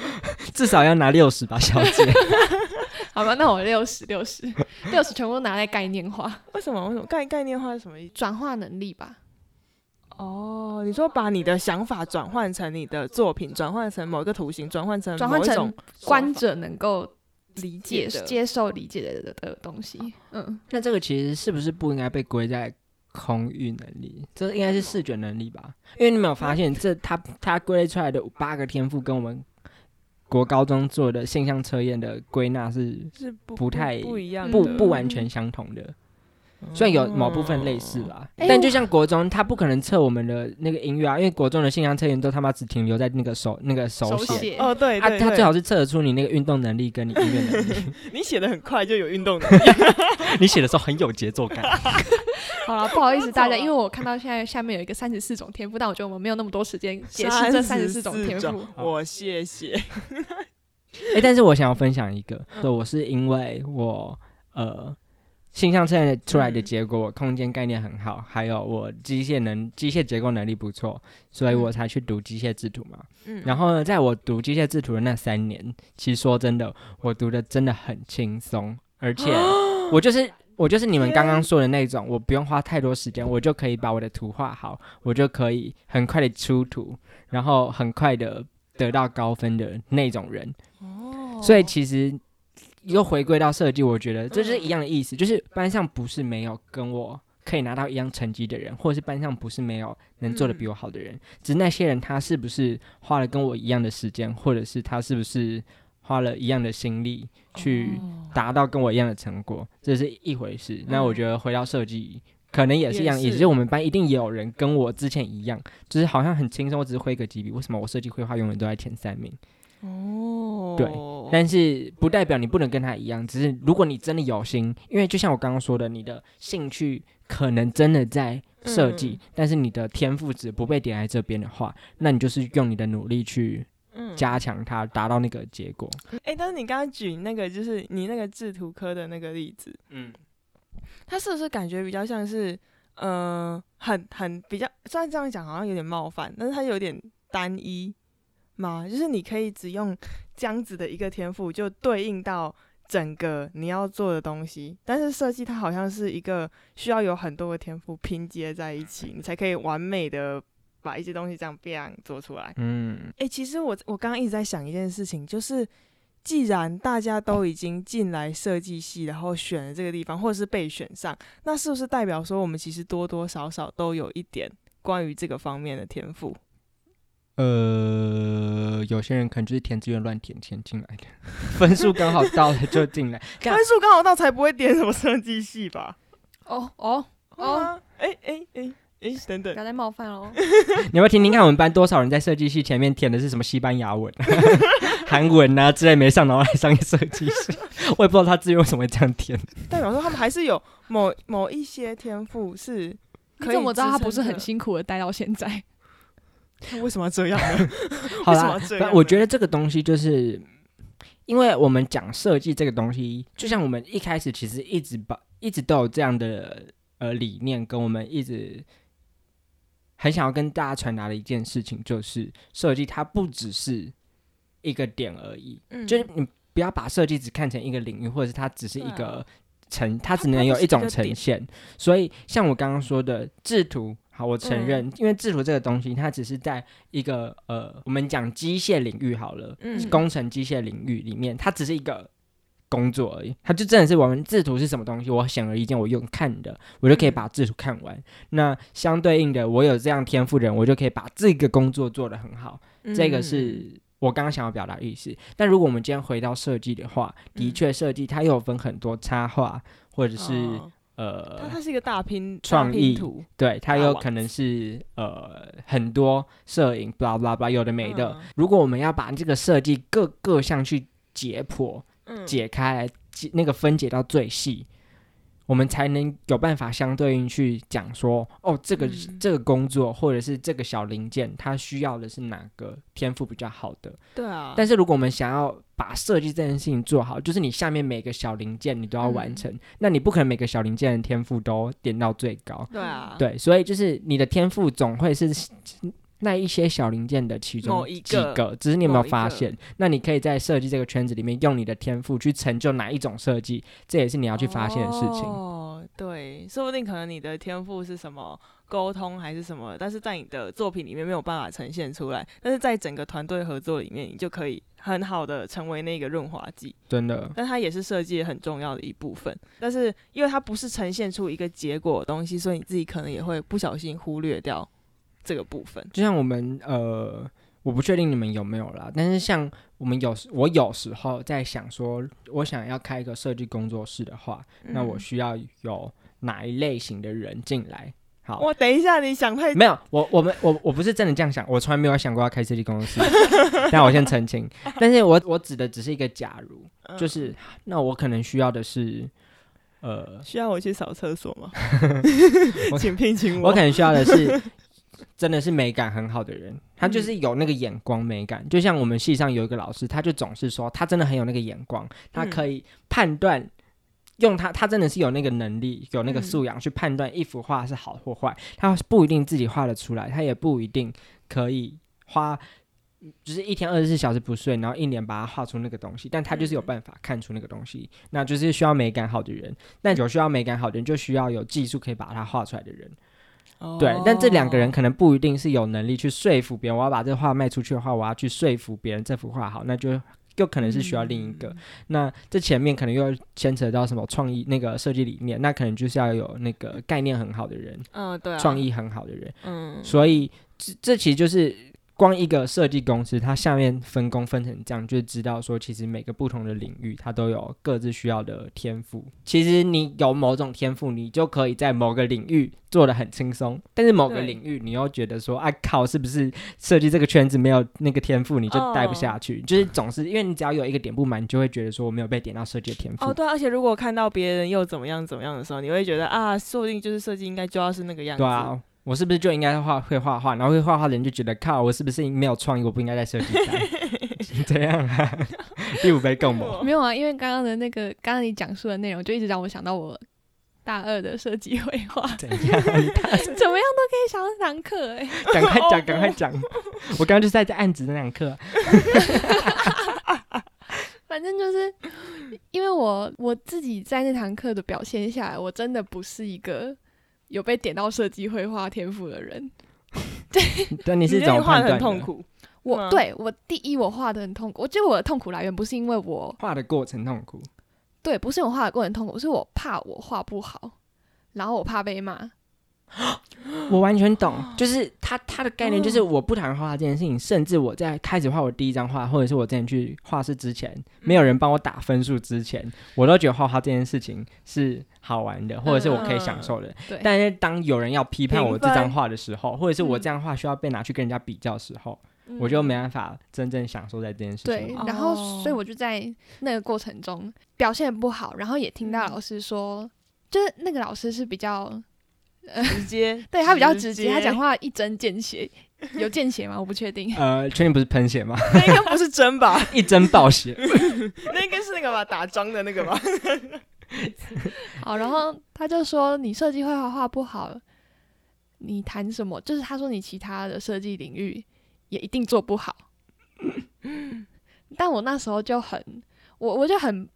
至少要拿六十吧，小姐。
好吧，那我六十六十 (laughs) 六十全部都拿来概念化
为什么？为什么概概念化是什么意思？
转化能力吧。
哦，你说把你的想法转换成你的作品，转换成某个图形，转换成
转换
某一种
成观
法
者能够
理解
接
的
接受理解的的的东西。嗯，
那这个其实是不是不应该被归在空域能力？这应该是视觉能力吧？因为你没有发现，这他他归类出来的八个天赋跟我们国高中做的现象测验的归纳是
是不
不太
不一样的，
不
嗯
不完全相同的。虽然有某部分类似啦，
哎
但就像国中，他不可能测我们的那个音乐啊，因为国中的信仰测验都他妈只停留在那个手那个手
手
写，
写
哦，对
啊，
对
他
对，
最好是测得出你那个运动能力跟你音乐
(laughs)
能力，
你写的很快就有运动的，
你写的时候很有节
(laughs)
奏感。
好了，不好意思大
我
家，
走了
因为 (laughs) 我看到现在下面有一个三十四种天赋，但我觉得我们没有那么多时间解释这三十四种天赋。
我哦谢谢。
哎、但是我想要分享一个，
嗯
对，我是因为我呃，性向测验出
嗯
来的结果，我空间概念很好，还有我机械能机械结构能力不错，所以我才去读机械制图嘛。
嗯
然后呢，在我读机械制图的那
(gasps)
三年，其实说真的，我读的真的很轻松，而且我就是我就是你们刚刚说的那种，我不用花太多时间，我就可以把我的图画好，我就可以很快的出图，然后很快的得到高分的那种人。
哦
所以其实又回归到设计，我觉得这是一样的意思，就是班上不是没有跟我可以拿到一样成绩的人，或者是班上不是没有能做的比我好的人，只是那些人他是不是花了跟我一样的时间，或者是他是不是花了一样的心力去
哦
达到跟我一样的成果，这是一回事。那我觉得回到设计。可能也是一样，
也
也
是
就是我们班一定也有人跟我之前一样，就是好像很轻松，我只是挥个几笔，为什么我设计绘画永远都在前三名？
哦，
对但是不代表你不能跟他一样，只是如果你真的有心，因为就像我刚刚说的，你的兴趣可能真的在设计，但是你的天赋值不被点在这边的话，那你就是用你的努力去
嗯
加强它，达到那个结果。
哎、但是你刚刚举那个就是你那个制图科的那个例子，
嗯，
它是不是感觉比较像是，呃，很很比较，虽然这样讲好像有点冒犯，但是它有点单一嘛，就是你可以只用这样子的一个天赋就对应到整个你要做的东西，但是设计它好像是一个需要有很多个天赋拼接在一起，你才可以完美的把一些东西这样变做出来。
嗯，
诶，其实我我刚刚一直在想一件事情，就是既然大家都已经进来设计系，然后选了这个地方，或者是被选上，那是不是代表说我们其实多多少少都有一点关于这个方面的天赋？
呃，有些人可能就是填志愿乱填填进 (laughs) 来的，分数刚好到了就进来。
分数刚好到才不会点什么设计系吧？
哦哦
会
哦，
吗，哎哎哎哎，等等
不，要再冒犯了哦。
你要不要听听看我们班多少人在设计系前面填的是什么西班牙文、 (laughs) 韩文啊之类没上，然后来上设计系？我也不知道他自己为什么会这样填。
代表说他们还是有某某一些天赋是。
你
可以
怎么知道他
支撑
不是很
的？
辛苦的待到现在？
那为什么要这样呢？
(laughs) 好
为什么要
啦
这，样
那
呢
我觉得这个东西就是，因为我们讲设计这个东西，就像我们一开始其实一直把一直都有这样的呃理念，跟我们一直很想要跟大家传达的一件事情，就是设计它不只是一个点而已，
嗯
就是你不要把设计只看成一个领域，或者是它只是一
对啊
个呈，它
它
只
它
能有
不是
一
一
种
个
呈
点
现。所以像我刚刚说的制图，好，我
嗯
承认，因为制图这个东西，它只是在一个呃，我们讲机械领域好了，
嗯
工程机械领域里面，它只是一个。工作而已，它就真的是我们制图是什么东西，我显而易见，我用看的，我就可
嗯
以把制图看完。那相对应的，我有这样天赋的人，我就可以把这个工作做得很好。这
嗯
个是我刚刚想要表达的意思。但如果我们今天回到设计的话，的
嗯
确设计它有分很多插画，或者、
就是哦它
呃，
它是一个大拼大
创
拼
意
图
对，它
大
有
网
可能是呃很多摄影，blah blah blah，有的没的。
嗯
如果我们要把这个设计各各项去解剖、
嗯
解开来，解那个分解到最细。我们才能有办法相对应去讲说，哦，这个、
嗯
这个工作或者是这个小零件，它需要的是哪个天赋比较好的，
对啊，
但是如果我们想要把设计这件事情做好，就是你下面每个小零件你都要完成，
嗯
那你不可能每个小零件的天赋都点到最高，
对啊，
对，所以就是你的天赋总会是那一些小零件的其中
某一
几
个
个，只是你有没有
某一
发
个
现？那你可以在设计这个圈子里面用你的天赋去成就哪一种设计，这也是你要啊去发现的事情。
哦，对，说不定可能你的天赋是什么沟通还是什么，但是在你的作品里面没有办法呈现出来，但是在整个团队合作里面，你就可以很好的成为那个润滑剂。
真的，
但它也是设计很重要的一部分，但是因为它不是呈现出一个结果的东西，所以你自己可能也会不小心忽略掉这个部分。
就像我们呃，我不确定你们有没有啦，但是像我们有时我有时候在想说，我想要开一个设计工作室的话，那我
嗯
需要有哪一类型的人进来？好，
我等一下，你想太
没有，我我们我我不是真的这样想，我从来没有想过要开设计公司。 (laughs) 但我先澄清，但是我我指的只是一个假如，
嗯
就是那我可能需要的是，呃，
需要我去扫厕所吗
(laughs) ？我
请聘请
我可能需要
(laughs)
的是真的是美感很好的人，他就是
嗯
有那个眼光美感。就像我们系上有一个老师，他就总是说他真的很有那个眼光，
嗯
他可以判断。用他，他真的是有那个能力，有那个
嗯
素养去判断一幅画是好或坏。他不一定自己画得出来，他也不一定可以花就是一天二十四小时不睡，然后一年把它画出那个东西，但他就是有
嗯
办法看出那个东西，那就是需要美感好的人。那有需要美感好的人，就需要有技术可以把它画出来的人。
哦
对，但这两个人可能不一定是有能力去说服别人。我要把这画卖出去的话，我要去说服别人这幅画好，那就又可能是需要另一
嗯
个。那这前面可能又牵扯到什么创意那个设计理念，那可能就是要有那个概念很好的人，
嗯，对啊，
创意很好的人。
嗯，
所以这这其实就是光一个设计公司，它下面分工分成这样，就知道说其实每个不同的领域它都有各自需要的天赋。其实你有某种天赋，你就可以在某个领域做的很轻松，但是某个
对
领域你又觉得说啊靠，是不是设计这个圈子没有那个天赋你
哦
就待不下去？就是总是因为你只要有一个点不满，你就会觉得说我没有被点到设计的天赋。
哦，对啊，而且如果看到别人又怎么样怎么样的时候，你会觉得啊，说不定就是设计应该就要是那个样子。
对啊，我是不是就应该画会画画？然后会画画的人就觉得靠，我是不是没有创意？我不应该在设计赛
(laughs)
这样啊？第五杯更
(laughs)
猛，
没有啊，因为刚刚的那个，刚刚你讲述的内容，就一直让我想到我大二的设计绘 (laughs) 画，
怎样？
怎么样都可以想到堂课哎、
赶
(laughs)
快
哦
讲，赶快讲！我刚刚就是在这暗指那两课，
(laughs) 反正就是因为我我自己在那堂课的表现下来，我真的不是一个有被点到设计绘画天赋的人。
但你
你
是
这
怎么
句话
判
很
断
痛
的？
苦，
我
吗
对我第一我画的很痛苦，我觉得我的痛苦来源不是因为我
画的过程痛苦，
对，不是我画的过程痛苦，是我怕我画不好，然后我怕被骂。
我完全懂。就是他他的概念就是我不谈画这件事情，甚至我在开始画我第一张画，或者是我之前去画室之前，没有人帮我打分数之前，我都觉得画画这件事情是好玩的，或者是我可以享受的。
对，
但是当有人要批判我这张画的时候，或者是我
嗯
这张画需要被拿去跟人家比较的时候，我就没办法真正享受在这件事
对
情。，，
然后
哦
所以我就在那个过程中表现不好，然后也听到
嗯
老师说，就是那个老师是比较，
直 (laughs) 接，
对他比较直接，他讲话一针见血，有见血吗？我不确定
(laughs) 呃，确定不是喷血吗？
(laughs) 那应该不是真吧？
一针爆血，
(laughs) 那应该是那个吧，打桩的那个 (laughs) 吧？
好，然后他就说你设计绘画画不好，你谈什么？就是他说你其他的设计领域也一定做不好。但我那时候就很，我我就很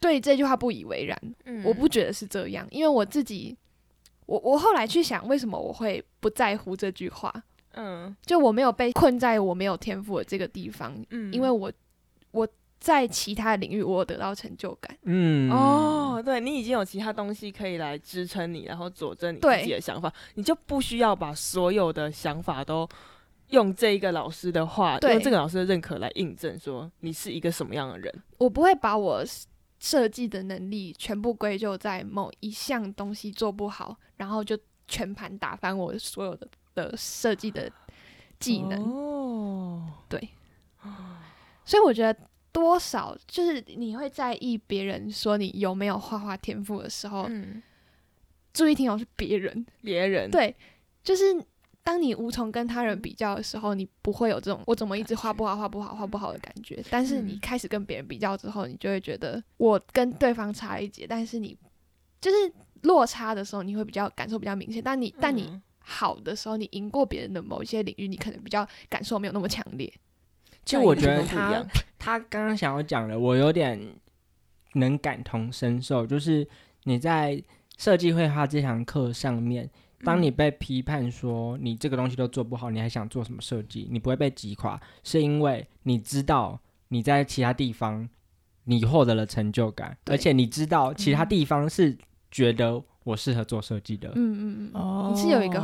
对这句话不以为然，
嗯
我不觉得是这样，因为我自己，我我后来去想，为什么我会不在乎这句话？
嗯
就我没有被困在我没有天赋的这个地方，
嗯
因为我我在其他领域我有得到成就感。
嗯，
哦，对你已经有其他东西可以来支撑你，然后佐证你
对
自己的想法，你就不需要把所有的想法都用这一个老师的话，
对
用这个老师的认可来印证，说你是一个什么样的人。
我不会把我设计的能力全部归咎在某一项东西做不好，然后就全盘打翻我所有的的设计的技能。
哦，
所以我觉得多少就是你会在意别人说你有没有画画天赋的时候，
嗯，
注意听哦，是别人。
别人，
对，就是当你无从跟他人比较的时候，你不会有这种我怎么一直画不好、画不好、画不好的感觉。但是你
嗯
开始跟别人比较之后，你就会觉得我跟对方差一截，但是你就是落差的时候，你会比较感受比较明显。但你但你
嗯
好的时候，你赢过别人的某一些领域，你可能比较感受没有那么强烈。
其实我觉
教
得
育不一
他
样
他刚刚想要讲的，我有点能感同身受，就是你在设计绘画这堂课上面，当
嗯
你被批判说你这个东西都做不好，你还想做什么设计？你不会被击垮，是因为你知道你在其他地方你获得了成就感，
对
而且你知道其他地方是觉得我适合做设计的。
嗯嗯嗯，
哦
你是有一个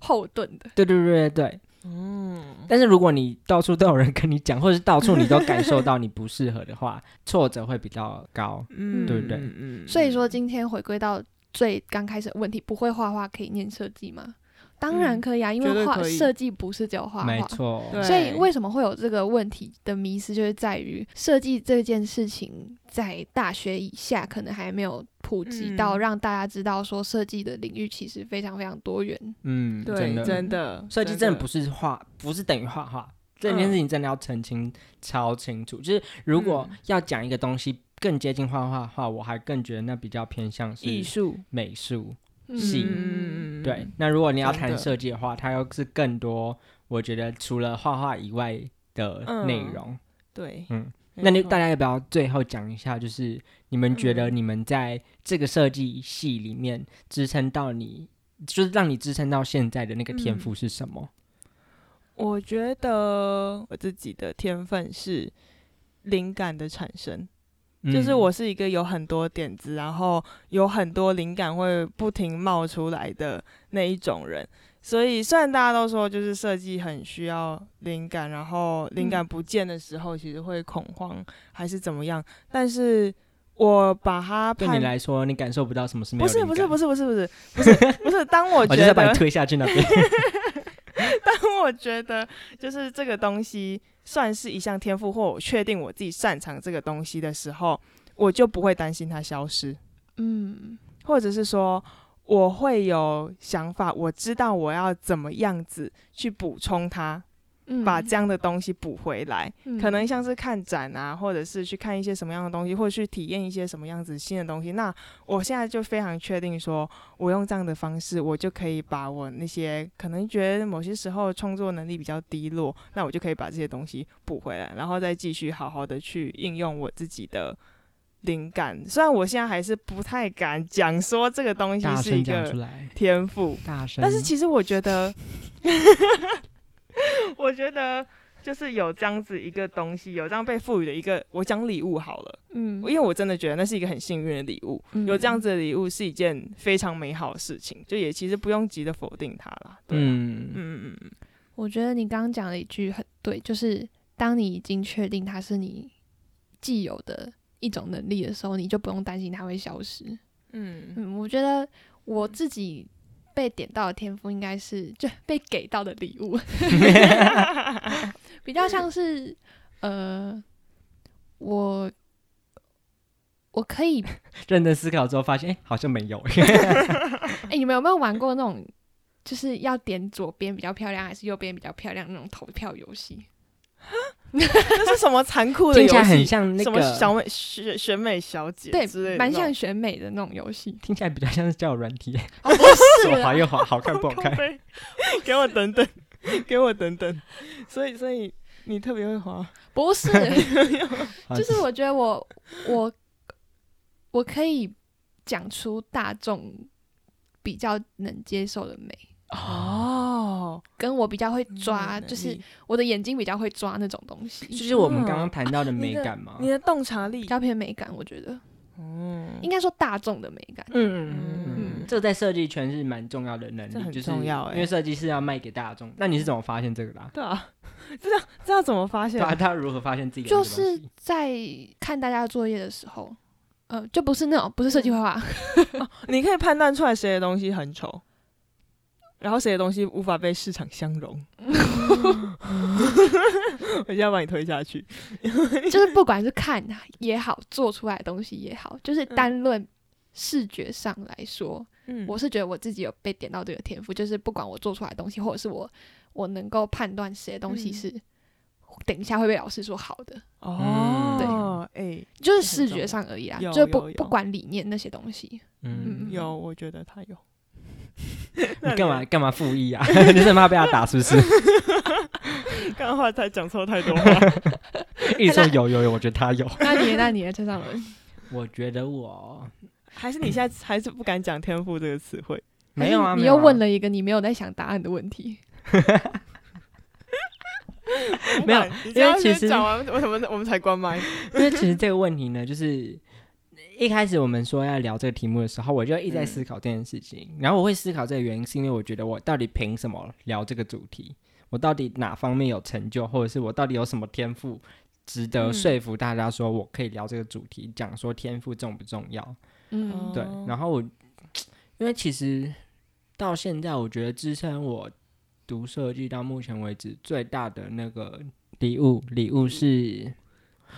后盾的。
对对对对对。
嗯，
但是如果你到处都有人跟你讲，或者是到处你都感受到你不适合的话， (laughs) 挫折会比较高。
嗯
对不对
嗯
所以说，今天回归到最刚开始的问题，不会画画可以念设计吗？当然
嗯
可以啊，因
绝
为
对
画
可以
设计不是只有画
没
画，
错，
对
所以为什么会有这个问题的迷失，就是在于设计这件事情在大学以下可能还没有普及到，
嗯
让大家知道说设计的领域其实非常非常多元。
嗯，真
对，
的，
真的，
设计真的不是画，不是等于画画。这件
嗯
事情真的要澄清超清楚，就是如果
嗯
要讲一个东西更接近画画的话，我还更觉得那比较偏向
艺
是
术
美术。
嗯
是
嗯嗯嗯嗯
对，那如果你要
真的
谈设计的话，它又是更多，我觉得除了画画以外的内
嗯
容。
对，
嗯
没错，嗯
那你大家要不要最后讲一下，就是你们觉得你们在这个设计系里面支撑到你，就是让你支撑到现在的那个天
嗯
赋是什么？
我觉得我自己的天分是灵感的产生，就是
嗯
我是一个有很多点子，然后有很多灵感会不停冒出来的那一种人。所以，虽然大家都说就是设计很需要灵感，然后
嗯
灵感不见的时候，其实会恐慌还是怎么样，但是我把它
对
判
你来说，你感受不到什么是没
不
有
是
灵
不是
感
不是不是不是不是不
(laughs)
是，当我
我
觉
就是要把
得
你推下去
(laughs)
那边。
但我觉得就是这个东西算是一项天赋，或我确定我自己擅长这个东西的时候，我就不会担心它消失，
嗯
或者是说我会有想法，我知道我要怎么样子去补充它，
嗯
把这样的东西补回来。
嗯
可能像是看展啊，或者是去看一些什么样的东西，或者去体验一些什么样子新的东西。那我现在就非常确定说，我用这样的方式，我就可以把我那些可能觉得某些时候创作能力比较低落，那我就可以把这些东西补回来，然后再继续好好的去应用我自己的。灵感，虽然我现在还是不太敢讲说这个东西
大
是一
声讲出
个
来，
天赋，
大声。
但是其实我觉得， (laughs) 我觉得就是有这样子一个东西，有这样被赋予的一个，我讲礼物好了，
嗯
因为我真的觉得那是一个很幸运的礼物。
嗯
有这样子的礼物是一件非常美好的事情，就也其实不用急着否定它啦。对啊，
嗯嗯
嗯嗯嗯，
我觉得你刚刚讲了一句很对，就是当你已经确定它是你既有的一种能力的时候，你就不用担心它会消失。
嗯，
嗯，我觉得我自己被点到的天赋应该是就 (laughs) 被给到的礼物，比较像是呃，我我可以
认真思考之后发现，哎、好像没
(laughs)
有。
哎、你们有没有玩过那种就是要点左边比较漂亮还是右边比较漂亮那种投票游戏？
这是什么残酷的
(laughs) 听
游
起来很
戏？
像那
什么
个，
小美选选美小姐
对
之类的，
蛮像。选美的那种游戏。
听起来比较像是交友软体，
哦，不
啊
是
(laughs) 左滑
啦，
右滑，好看不好看？
(laughs) 给我等等，给我等等。所以，所以你特别会滑，
(laughs) 不 (laughs) 是，
啊
就是我觉得 (laughs) 我我我可以讲出大众比较能接受的美，
哦，
跟我比较
嗯
会抓，
嗯
就是我的眼睛比较会抓那种东西，
就是我们刚刚谈到的美感嘛。
你的洞察力
比，较偏美感。我觉得
嗯
应该说大众的美感
嗯，嗯嗯嗯
嗯
嗯，这在设计圈是蛮重要的能
这
力，
很
就是
重要欸
因为设计是要卖给大众。那你是怎么发现这个的啊？
对啊，这要这要怎么发现
对？啊，他如何发现自己的这
就
个东西？
是在看大家的作业的时候，呃，就不是那种不是设计
嗯
绘画， (laughs)
你可以判断出来谁的东西很丑，然后谁的东西无法被市场相容。 (laughs) 我现在把你推下去。
就是不管是看也好，做出来的东西也好，就是
嗯
单论视觉上来说，
嗯
我是觉得我自己有被点到这个天赋，就是不管我做出来的东西，或者是我我能够判断谁的东西
嗯
是、等一下会被老师说好的，
嗯
哦，哎，
就
这
是
很
视
重
觉
要
上而已啦，啊
有
就是不
有有
不管理念那些东西。 (laughs)
嗯，
嗯
有，我觉得他
(laughs)
有。
你干嘛干嘛复议啊？ (laughs) 你是怕被他打是不是？
刚刚话太讲错太多话。
一直说有有有，我觉得他有。
那你那你的车上
(laughs)
文
我觉得我
(laughs) 还是你现在还是不敢讲“天赋”这个词汇？
没有啊，
哎你
没有
又
啊
问了一个你没有在想答案的问题。
没有
不管，你
因为
这样
其
先
实
讲完，我怎么我们才关麦？
(laughs) 因为其实这个问题呢，就是一开始我们说要聊这个题目的时候，我就一直在思考这件事情。然后我会思考这个原因，是因为我觉得我到底凭什么聊这个主题？我到底哪方面有成就，或者是我到底有什么天赋，值得
嗯
说服大家说我可以聊这个主题，讲说天赋重不重要？
嗯
对
哦，
然后我因为其实到现在，我觉得支撑我读设计到目前为止最大的那个礼物，礼物是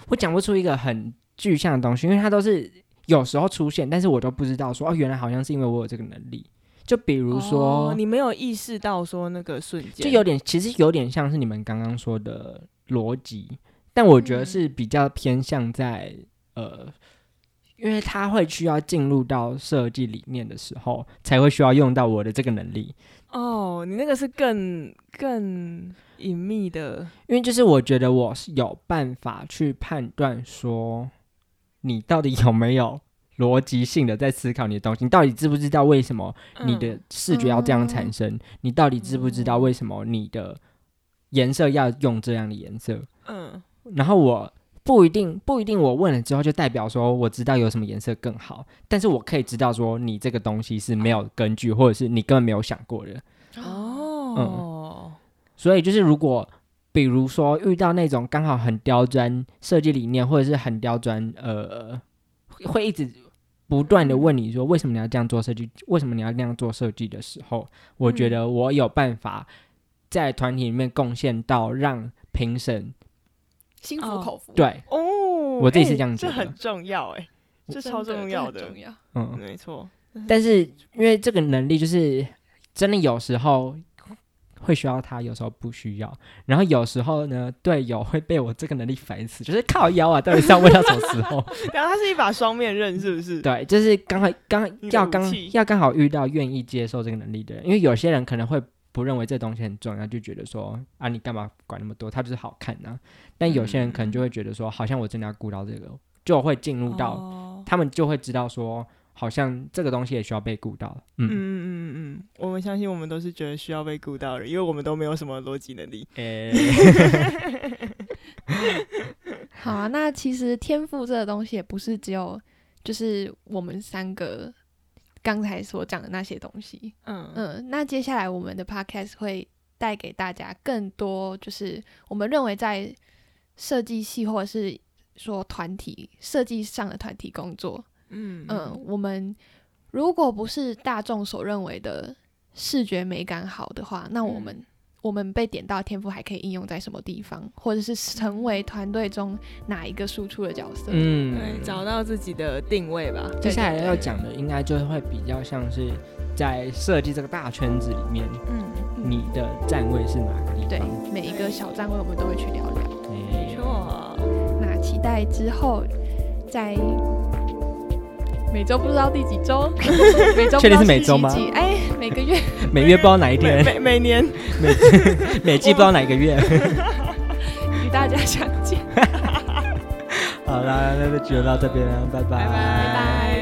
我讲不出一个很具象的东西，因为它都是有时候出现，但是我都不知道说哦，原来好像是因为我有这个能力。就比如说，
哦你没有意识到说那个瞬间，
就有点其实有点像是你们刚刚说的逻辑，但我觉得
嗯
是比较偏向在、呃因为它会需要进入到设计理念的时候，才会需要用到我的这个能力。
哦，你那个是更更隐秘的，
因为就是我觉得我是有办法去判断说，你到底有没有逻辑性的在思考你的东西，你到底知不知道为什么你
嗯
的视觉要这样产生，你到底知不知道为什么你的颜色要用这样的颜色？
嗯
然后我不一定不一定我问了之后就代表说我知道有什么颜色更好，但是我可以知道说你这个东西是没有根据，或者是你根本没有想过的。
嗯哦，
所以就是如果比如说遇到那种刚好很刁钻设计理念，或者是很刁钻呃，会一直不断的问你说为什么你要这样做设计，为什么你要那样做设计的时候，我觉得我有办法在团体里面贡献到让评审
心
哦
服口服，
对，
哦，
我自己是
哎
这样觉
这
得
很重要哎、这
真
超
的
重
这
要
很
的，
重要。
嗯，
没错，
但是因为这个能力，就是真的有时候会需要它，有时候不需要。然后有时候呢，队友会被我这个能力烦死，就是靠腰啊，到底是要问到什么时候？
然后它啊是一把双面刃，是不是？
对，就是刚好刚
你的
要
武
刚
器
要刚好遇到愿意接受这个能力的人，因为有些人可能会不认为这东西很重要，就觉得说啊，你干嘛管那么多？它就是好看呐、但有些人可能就会觉得说，好像我真的要顾到这个，就会进入到、
哦
他们就会知道说，好像这个东西也需要被顾到。
嗯
嗯，
嗯嗯嗯，嗯，我们相信我们都是觉得需要被顾到的，因为我们都没有什么逻辑能力。
诶、
好啊，那其实天赋这个东西也不是只有，就是我们三个刚才所讲的那些东西。
嗯
嗯，那接下来我们的 podcast 会带给大家更多，就是我们认为在设计系或者是说团体设计上的团体工作，
嗯
嗯，我们如果不是大众所认为的视觉美感好的话，那我
嗯
们、我们被点到的天赋还可以应用在什么地方，或者是成为团队中哪一个输出的角色？
(laughs) 嗯，
对，找到自己的定位吧。
对
接下来
对
要
对
讲的应该就是会比较像是在设计这个大圈子里面，
嗯，
你的站位是哪个地
对
方？
每一个小站位，我们都会去聊聊。
没
错。
那期待之后在每周不知道第几
(laughs)
周，每周不知道
确定是每周吗
第几集哎，每个月
每月不知道哪一
每 (laughs)
天，
每每年，
每季不
(laughs)
知道哪个月。
与大家相见。
好啦，那就到这边啦，拜拜
拜拜。